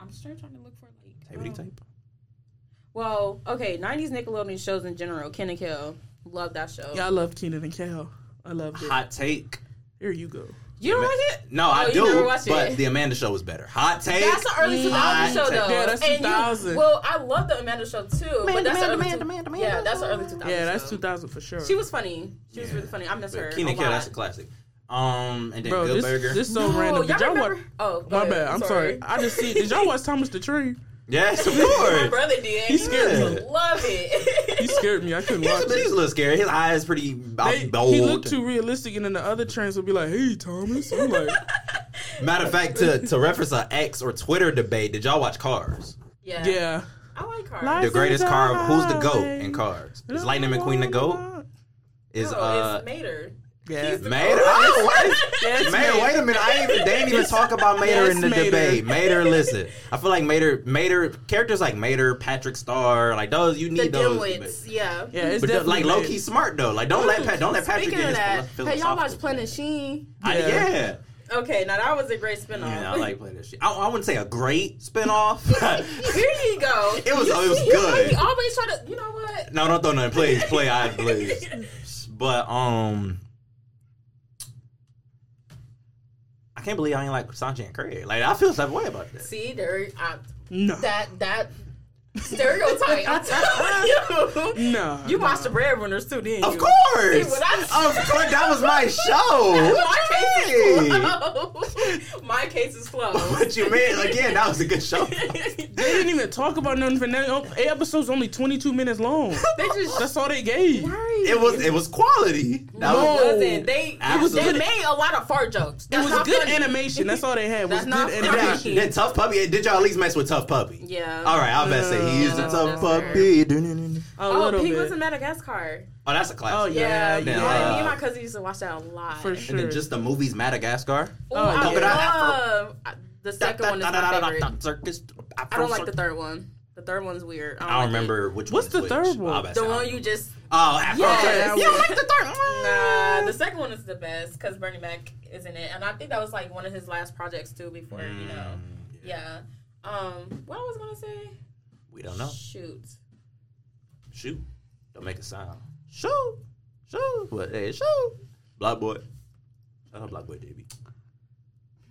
A: I'm still trying to look for like
C: Typeity
A: um,
C: type.
A: Well, okay, '90s Nickelodeon shows in general. Ken and Kel, love that show.
B: Yeah, I love Keenan and Kel. I loved it.
C: Hot take.
B: Here you go.
A: You don't like it?
C: No,
A: Oh,
C: I
A: you never
C: do.
A: watched
C: But
A: it.
C: the Amanda show was better. Hot take.
A: That's an early 2000
C: Hot
A: show,
C: take.
A: though.
B: Yeah, that's
A: And you-
B: 2000.
A: well, I love the Amanda show too, but that's the early
D: Amanda,
A: two-
D: Amanda, Amanda.
A: yeah, that's the early 2000.
B: Yeah,
C: um,
B: that's
A: show.
B: 2000 for sure.
A: She was funny. She was really funny. I miss her. Oh,
C: But Keenan
A: a
C: Kel,
A: lot.
C: that's a classic. Um, and then
B: Bro,
C: Good
B: this,
C: Burger.
B: this so
A: No,
B: random. Did y'all watch?
A: remember? Oh, go
B: My
A: ahead.
B: bad. I'm sorry. I just see. Did y'all watch Thomas the Tree?
C: yes, of
A: My
C: course.
A: brother did.
B: He scared
A: used to
C: me.
A: Love it.
B: He scared me. I couldn't
C: He's,
B: watch
C: he's
B: it.
C: a little scary. His eye is pretty um,
B: They-
C: bold.
B: he looked too realistic, and then the other trans would be like, "Hey, Thomas." I'm like,
C: Matter of fact, to, to reference an X or Twitter debate, did y'all watch Cars?
A: yeah.
B: "Yeah."
A: I like her.
B: Like-
C: The greatest car. Who's the goat
B: Highway.
C: in Cars? Is Lightning McQueen the goat? Is
A: no,
C: uh.
A: Oh, it's Mater.
B: Yeah.
C: Mater, oh,
B: Yes,
C: wait, Mater, wait a minute. I ain't even, they ain't even talk about Mater
B: Yes,
C: in the
B: Mater.
C: debate. Mater, listen, I feel like Mater, Mater characters like Mater, Patrick Starr, like those, you
A: The
C: need those.
A: dimwits. Yeah.
B: Yeah, it's
C: But the-
B: definitely
C: like low key smart though. Like don't let Pat, don't let Patrick
A: Speaking
C: get
A: of
C: his
A: that,
C: philo-
A: have y'all watched
C: philosophical.
A: Planet Sheen?
C: I,
B: Yeah.
C: yeah.
A: Okay, now that was a great spinoff.
C: Yeah, I like playing this shit. I, I wouldn't say a great spinoff.
A: Here you go.
C: it was it was
A: You know,
C: good.
A: You always try to. You know what?
C: No, don't throw nothing. Please, play I please. But um I can't believe I ain't like Sanjay and Craig. Like I feel some way about that.
A: See, there. I,
B: No.
A: that that stereotype. I'm telling you.
B: No.
A: You watched the Breadwinners too, didn't you?
C: Of course.
A: See, what I-
C: of course that was my show.
A: My case
C: Hey.
A: is slow. My case is slow.
C: What you mean? Again, that was a good show.
B: They didn't even talk about nothing for now. Eight episodes only 22 minutes long.
A: They just.
B: That's all they gave.
C: It was it was quality. That
A: No,
C: was
A: it wasn't. They,
C: It was
A: they
C: good.
A: made a lot of fart jokes.
B: It
A: That's
B: was
A: not
B: good
A: funny.
B: animation. That's all they had was
A: That's not
B: good
A: funny.
B: animation.
C: Yeah, then tough puppy. Did y'all at least mess with tough puppy?
A: Yeah.
C: All right, I'll best say he used
A: Yeah,
C: a tough
A: that's fair.
C: puppy.
B: A
A: Oh,
B: little
A: Pig
B: bit.
A: was in Madagascar.
C: Oh, that's a classic.
B: Oh,
A: Yeah,
B: yeah.
C: yeah.
A: yeah. Me and my
C: Yeah.
A: cousin used to watch that a lot.
B: for
C: And
B: sure.
C: then just the movies Madagascar.
A: Ooh,
B: Oh,
A: I
B: yeah.
A: love the second one is my favorite.
C: Circus.
A: I don't like the third one. The third one's weird.
C: I don't
A: like
C: remember which.
B: What's
C: one's
B: the
C: which.
B: third one?
C: I'll best
A: it.
C: say
A: The
C: I
A: one
C: don't
A: you
C: remember.
A: just
C: Oh, Afro
A: yes.
B: that
C: Circus.
A: You
B: one.
A: like the third one? Nah, Uh, the second one is the best because Bernie Mac is in it, and I think that was like one of his last projects too. Before you
C: Mm,
A: know, yeah. Um, what I was gonna say?
C: We don't know.
A: Shoot.
C: Shoot. Don't make a sound. Shoot. Shoot. What? Hey, shoot. Block boy. Shout out Block boy, baby.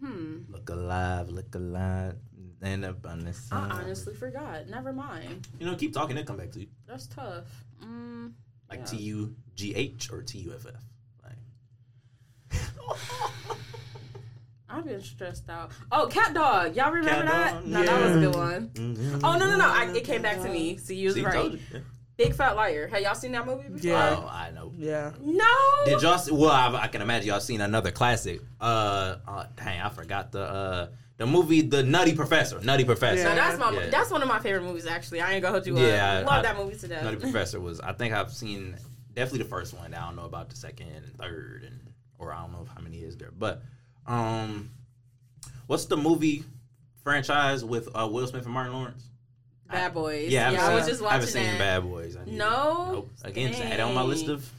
A: Hmm.
C: Look alive. Look alive. Stand up on the
A: I
C: sun.
A: honestly forgot. Never mind.
C: You know, keep talking. It'll come back to you.
A: That's tough. Mm.
C: Like
A: Yeah.
C: T U G H or T U F F. Like.
A: I've been stressed out. Oh, cat dog. Y'all remember
C: Cat
A: that?
C: dog,
A: No, that was a good one.
C: Mhm.
A: Oh no no no! I, it came back to me. See, you was
C: See,
A: right.
C: told you.
A: Big fat liar. Have y'all seen that movie before?
B: Yeah.
C: Oh, I know.
B: yeah.
A: No.
C: Did y'all see? Well, I, I can imagine y'all seen another classic. Uh, uh, dang, I forgot the uh the movie, The Nutty Professor. Nutty Professor.
A: No,
B: Yeah.
A: that's my
C: Yeah.
A: that's one of my favorite movies actually. I ain't gonna hold you
C: Yeah,
A: up.
C: I-
A: Love
C: I-
A: that movie to death.
C: Nutty Professor was. I think I've seen definitely the first one. I don't know about the second and third, and or I don't know how many is there. But um, what's the movie franchise with uh, Will Smith and Martin Lawrence?
A: Bad Boys.
C: Yeah, I, haven't
A: I was
C: seen-
A: just
C: I
A: watching
C: haven't seen
A: that.
C: Bad Boys. I need-
A: No?
C: Nope. Again, just add it on my
A: Dang.
C: list of.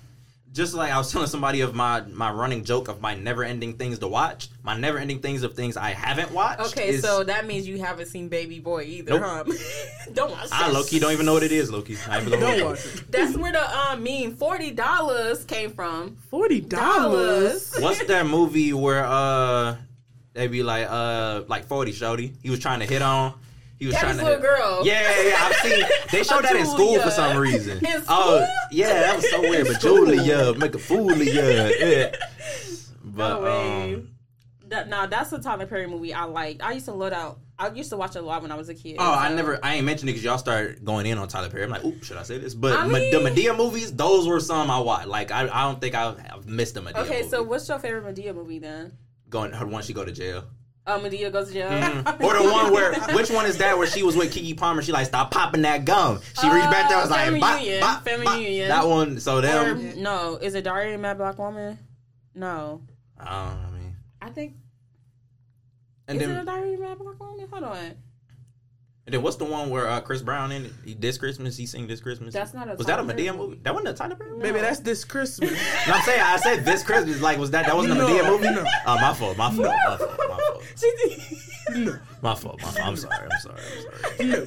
C: Just like I was telling somebody of my my running joke of my never ending things to watch, my never ending things of things I haven't watched.
A: Okay,
C: is-
A: so that means you haven't seen Baby Boy either,
C: Nope.
A: huh? don't watch that.
C: I low key don't even know what it is, Loki. I even
B: Don't
C: know.
B: watch it.
A: That's where the um mean forty dollars came from.
B: $40.
A: Dollars.
C: What's that movie where uh they be like uh like forty shorty? He was trying to hit on. He was
A: Debbie's
C: trying to
A: little
C: hit.
A: girl.
C: Yeah, yeah, yeah. I've seen they showed that in school
A: Julia.
C: for some reason.
A: In
C: Oh,
A: school?
C: yeah, that was so weird. But Julia, make a fool of you. Yeah. But
A: No way.
C: um,
A: That, nah, that's the Tyler Perry movie I liked. I used to load out. I used to watch it a lot when I was a kid.
C: Oh, I
A: so-
C: never, I ain't mentioned it because y'all started going in on Tyler Perry. I'm like, oop, should I say this? But
A: I
C: Ma- the
A: mean-
C: Medea movies, those were some I watched. Like, I, I don't think I've, I've missed a Medea
A: Okay,
C: movie.
A: so what's your favorite Medea movie then?
C: going her once she go to jail. Mm.
A: Uh, Medea goes to jail.
C: Or the one where, which one is that where she was with Kiki Palmer? She like, stop popping that gum. She reached back there, was
A: Uh,
C: like,
A: Family
C: bop,
A: Union,
C: bop,
A: Family
C: bop.
A: Union.
C: That one, so
A: Or,
C: them.
A: no, is it Diary of a Mad Black Woman? No,
C: I don't know, I mean.
A: I think
C: And
A: is
C: then,
A: it a Diary of a Mad Black Woman? Hold on,
C: and then what's the one where uh, Chris Brown in it? He- this Christmas? He sing this Christmas.
A: That's not a
C: was that a
A: Tyler Perry
C: Medea movie?
A: movie.
C: That wasn't a Tyler Perry movie.
B: Baby, that's this Christmas.
C: No, I'm saying I said this Christmas. Like, was that that wasn't a
B: No,
C: Medea movie?
B: no.
C: Oh, my fault. My fault. My fault. My fault.
B: no,
C: My fault. My fault. I'm sorry. I'm sorry. I'm sorry.
B: no,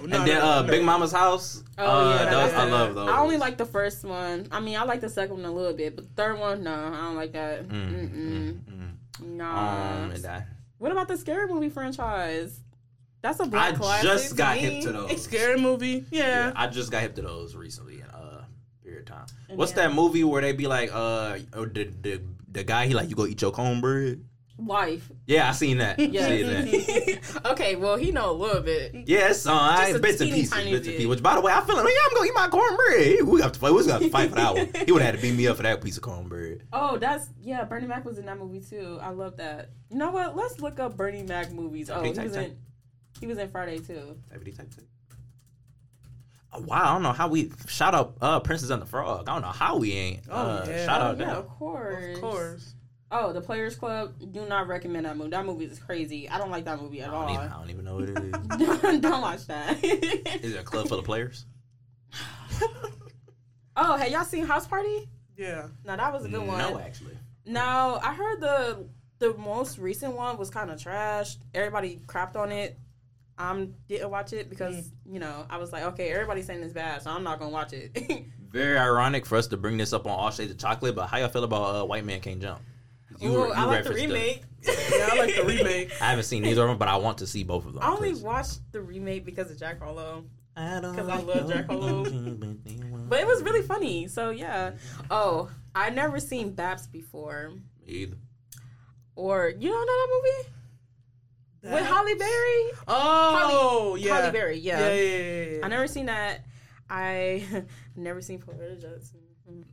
B: no, no.
C: And then
B: no,
C: uh,
B: no.
C: Big Mama's house.
A: Oh,
C: uh,
A: yeah,
C: those,
A: yeah,
C: I love
A: yeah.
C: those.
A: I only like the first one. I mean, I like the second one a little bit, but the third one, no, I don't like that.
C: Mm,
A: Mm-mm.
C: mm,
A: Nah.
C: mm. Um, and I,
A: what about the scary movie franchise? That's a
C: I
A: black classic.
C: just got
A: me.
C: hip to those.
B: scary movie.
C: Yeah,
B: Yeah.
C: I just got hip to those recently in uh period of time.
A: And
C: What's
A: then-
C: that movie where they be like, uh, oh, the the the guy he like you go eat your cornbread?
A: Life.
C: Yeah, I seen that.
A: Yeah.
C: Yeah, seen that.
A: okay, well, he know a little bit.
C: Yeah, it's on. uh, I
A: Just a
C: bits and
A: teeny
C: pieces,
A: tiny
C: bits and
A: bit.
C: pieces. Which, by the way, I feel like yeah, I'm gonna eat my cornbread. We got to fight. We got to fight for that one. He would have had to beat me up for that piece of cornbread.
A: Oh, that's yeah. Bernie Mac was in that movie too. I love that. You know what? Let's look up Bernie Mac movies. Oh, he
C: Okay,
A: was
C: type,
A: in. He was in Friday too.
C: Type it, type it. Oh, Wow, I don't know how we shout out uh Princess and the Frog. I don't know how we ain't
B: Oh,
C: uh,
B: yeah.
C: shout
A: oh,
C: out
A: yeah,
C: them.
A: of course.
B: Of course.
A: Oh, The Players Club. Do not recommend that movie. That movie is crazy. I don't like that movie
C: I
A: at
C: don't, even,
A: all.
C: I don't even know what it is.
A: don't watch that.
C: Is it a club full of players?
A: oh, have y'all seen House Party?
B: Yeah.
A: No, that was a good one.
C: No, actually.
A: No, I heard the the most recent one was kind of trash. Everybody crapped on it. I didn't watch it because
B: Mm.
A: you know I was like, okay, everybody's saying it's bad, so I'm not gonna watch it.
C: Very ironic for us to bring this up on All Shades of Chocolate, but how y'all feel about uh, White Man Can't Jump?
A: Ooh,
C: were-
A: I like the
C: referenced it.
A: remake.
B: Yeah, I like the remake.
C: I haven't seen either of them, but I want to see both of them.
A: I only
C: please.
A: watched the remake because of Jack Harlow,
C: I don't
A: 'cause I
C: like
A: love
C: no
A: Jack Harlow.
C: Benjamin.
A: but it was really funny. So yeah. Oh, I never seen Babs before,
C: Me either.
A: or you don't know that movie with Holly Berry.
B: Oh, yeah.
A: Holly Berry, yeah.
B: Yeah, yeah, yeah. yeah.
A: I never seen that. I never seen Florida Johnson.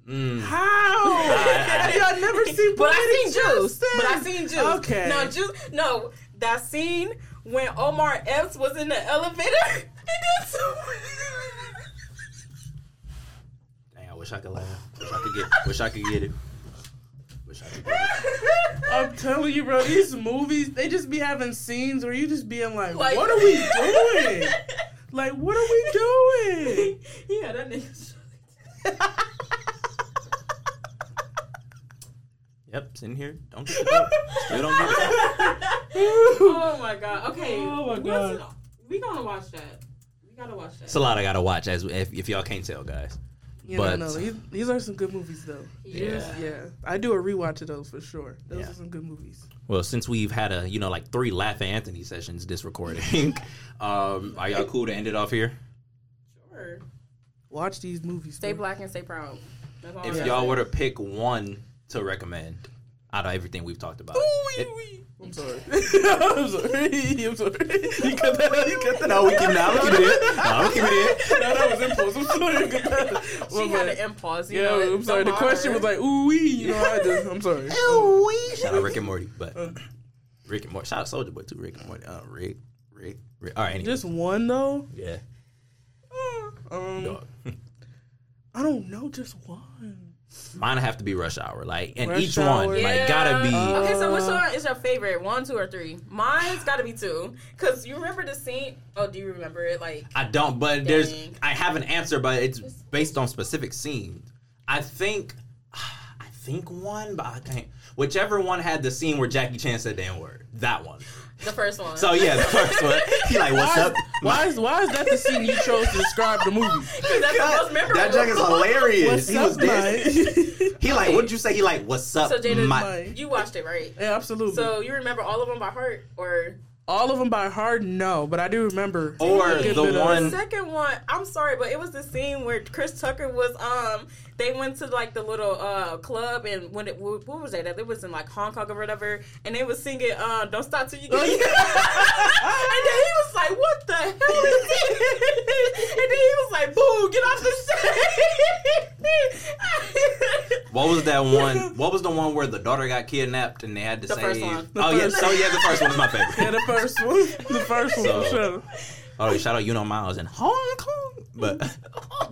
C: Mm.
B: How? Y'all never seen
A: But I
B: Bridget
A: seen Juice.
B: Jones?
A: But I seen Juice.
B: Okay.
A: No, Juice. No, that scene when Omar Epps was in the elevator. and that's-
C: Dang, I wish I could laugh. Wish I could get. Wish I could get it. Wish I could get it.
B: I'm telling you, bro, these movies, they just be having scenes where you just being like,
A: Like-
B: what are we doing? like, what are we doing?
A: yeah, that nigga.
C: Yep, sitting here. Don't get it. Still don't get it.
A: oh my god. Okay.
B: Oh my
A: What's-
B: God.
A: We gonna watch that. We gotta watch that.
C: It's a lot I gotta watch. As if, if y'all can't tell, guys.
B: You
C: But-
B: know, no, these, these are some good movies, though.
C: Yeah.
B: Yeah, I do a rewatch of those for sure. Those
C: Yeah.
B: are some good movies.
C: Well, since we've had a you know like three Laugh at Anthony sessions this recording, um, are y'all cool to end it off here?
A: Sure.
B: Watch these movies.
A: Stay
B: bro.
A: black and stay proud. That's all I
C: If
A: gotta
C: y'all
A: say.
C: were to pick one to recommend out of everything we've talked about, it-
B: I'm sorry. I'm sorry. I'm sorry. You cut that out. You cut that
C: no, we keep it. Nah, we keep it in. Nah, we keep it
B: out. No, that was impulse. I'm sorry. You cut that out.
A: she
B: My
A: had
B: bad.
A: an impulse. You
B: yeah,
A: know,
B: I'm sorry. The question was like, ooh wee. You know, I just. I'm sorry.
C: in. Shout out Rick and Morty, but Rick and Morty. Shout out Soldier Boy too. Rick and Morty. Uh, Rick, Rick, Rick. All right, anyway.
B: Just one though.
C: yeah.
B: Um,
C: Dog.
B: I don't know. Just one.
C: Mine have to be Rush Hour, like, and
B: Rush
C: each
B: Hour.
C: one, like, gotta be.
A: Yeah. Okay, so which one is your favorite? One, two, or three? Mine's got to be two. Cause you remember the scene? Oh, do you remember it? Like,
C: I don't, but there's
A: Dang.
C: I have an answer, but it's based on specific scenes. I think I think one, but I can't. Whichever one had the scene where Jackie Chan said the N word, that one.
A: the first one.
C: So yeah, the first one. He like, what's
B: Why
C: up?
B: is, why is why is that the scene you chose to describe the movie?
A: 'Cause that's the most memorable.
C: that joke is hilarious.
B: What's
C: he
B: up,
C: was dead.
B: mate?
C: He like, what'd you say? He like, what's up,
A: So Jada,
C: my?
A: you watched it, right?
B: yeah, absolutely.
A: So you remember all of them by heart, or
B: All of them by heart, no, but I do remember.
C: Or
B: a good
C: the
B: bit of-
C: one-
A: The second one, I'm sorry, but it was the scene where Chris Tucker was um they went to like the little uh club and when it what was that? It was in like Hong Kong or whatever, and they was singing uh "Don't Stop Till You Get." and then he was like, "What the hell is this?" and then he was like, "Boo, get off the stage."
C: What was that one? What was the one where the daughter got kidnapped and they had to
A: The
C: save?
A: first one.
B: The
C: oh yeah,
B: first
C: so yeah, the first one is my
B: Yeah,
C: favorite.
B: the first one. The first one,
C: So-
B: for sure.
C: Oh, shout out you know Miles in Hong Kong, but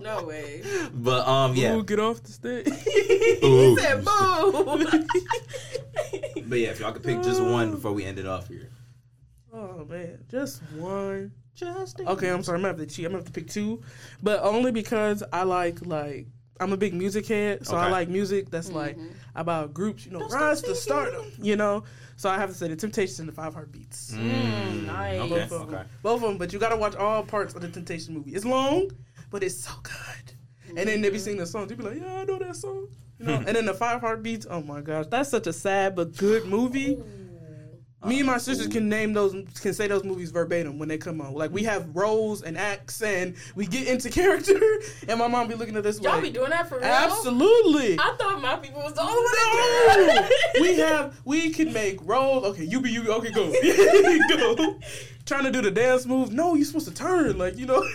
A: No way.
C: but um yeah,
B: Ooh, get off the stick.
C: Ooh.
A: he said boo.
C: but yeah, if y'all could pick just one before we end it off here.
B: Oh, man. Just one.
C: Just
B: Okay, I'm sorry. I'm gonna have to cheat. I'm gonna have to pick two, but only because I like like I'm a big music head, so I
C: Okay.
B: like music that's like about groups. You know, rise to stardom. You know, so I have to say the Temptations and the Five Heartbeats.
A: Mm, nice.
C: Okay,
B: Both of
C: Mm-hmm. okay.
B: them. Both of them, but you gotta watch all parts of the Temptation movie. It's long, but it's so good. And then they be singing the songs. You be like, yeah, I know that song. You know. and then the Five Heartbeats. Oh my gosh, that's such a sad but good
A: Oh.
B: movie. Me and my sisters can name those, can say those movies verbatim when they come on. Like we have roles and acts, and we get into character. And my mom be looking at this
A: Y'all
B: like,
A: be doing that for real?
B: absolutely.
A: I thought my people was the only one
B: No!
A: that did
B: we have we can make roles. Okay, you be you. Okay, go go. Trying to do the dance move. No, you're supposed to turn. Like you know.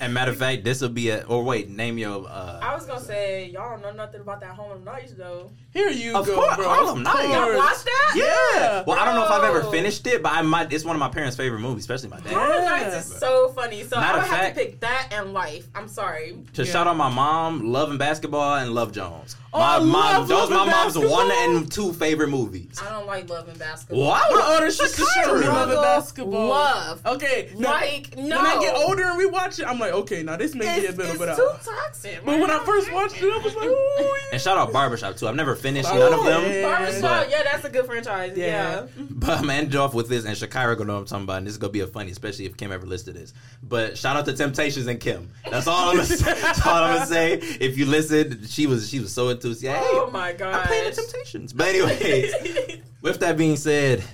C: And matter of fact, this will be a. Or wait, name your. Uh,
A: I was gonna say y'all don't know nothing about that Harlem Nights though.
B: Here you
C: Of
B: go,
C: course,
B: bro.
C: Harlem
B: Of
C: Nights.
B: course.
A: Y'all watch that?
B: Yeah.
C: well, I don't know if I've ever
A: Bro.
C: finished it, but I might. It's one of my parents' favorite movies, especially my dad.
A: Harlem
B: Yeah.
A: Nights is so funny. So I
C: Matter
A: would
C: of
A: have
C: fact-
A: to pick that and Life. I'm sorry.
C: To
B: Yeah.
C: shout out my mom, Love and Basketball, and Love Jones.
B: Oh,
C: my
B: I
C: mom,
B: love Love
C: those my
B: and
C: mom's one
B: Basketball. Oh,
C: and two favorite movies.
A: I don't like Love and Basketball.
C: Well, I would
B: My
C: order
B: older sister showed me love and
A: Struggle,
B: basketball.
A: love.
B: Okay. now,
A: Like no.
B: When I get older and we watch it, I'm like, okay, now this may
A: it's,
B: be a little
A: it's
B: bit
A: too
B: out.
A: toxic.
B: But when I first watched it, I was like, ooh.
C: And shout out Barbershop too. I've never finished
B: Ooh,
C: none of them.
B: yeah.
A: Barbershop, Oh, yeah, that's a good franchise.
B: Yeah.
A: Yeah.
C: But I'm gonna end it off with this, and Shakira gonna know what I'm talking about, and this is gonna be a funny, especially if Kim ever listed this. But shout out to Temptations and Kim. That's all I'm gonna say. That's all I'm gonna say. If you listen, she was she was so enthusiastic. Hey,
A: Oh my
C: I'm playing the
A: gosh.
C: Temptations. But anyways, with that being said,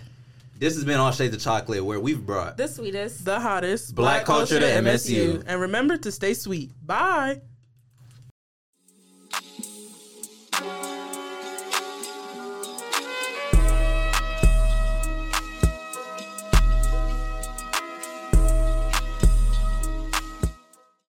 C: this has been all shades of chocolate, where we've brought
A: the sweetest.
B: The hottest
C: Black culture to MSU.
B: And remember to stay sweet. Bye.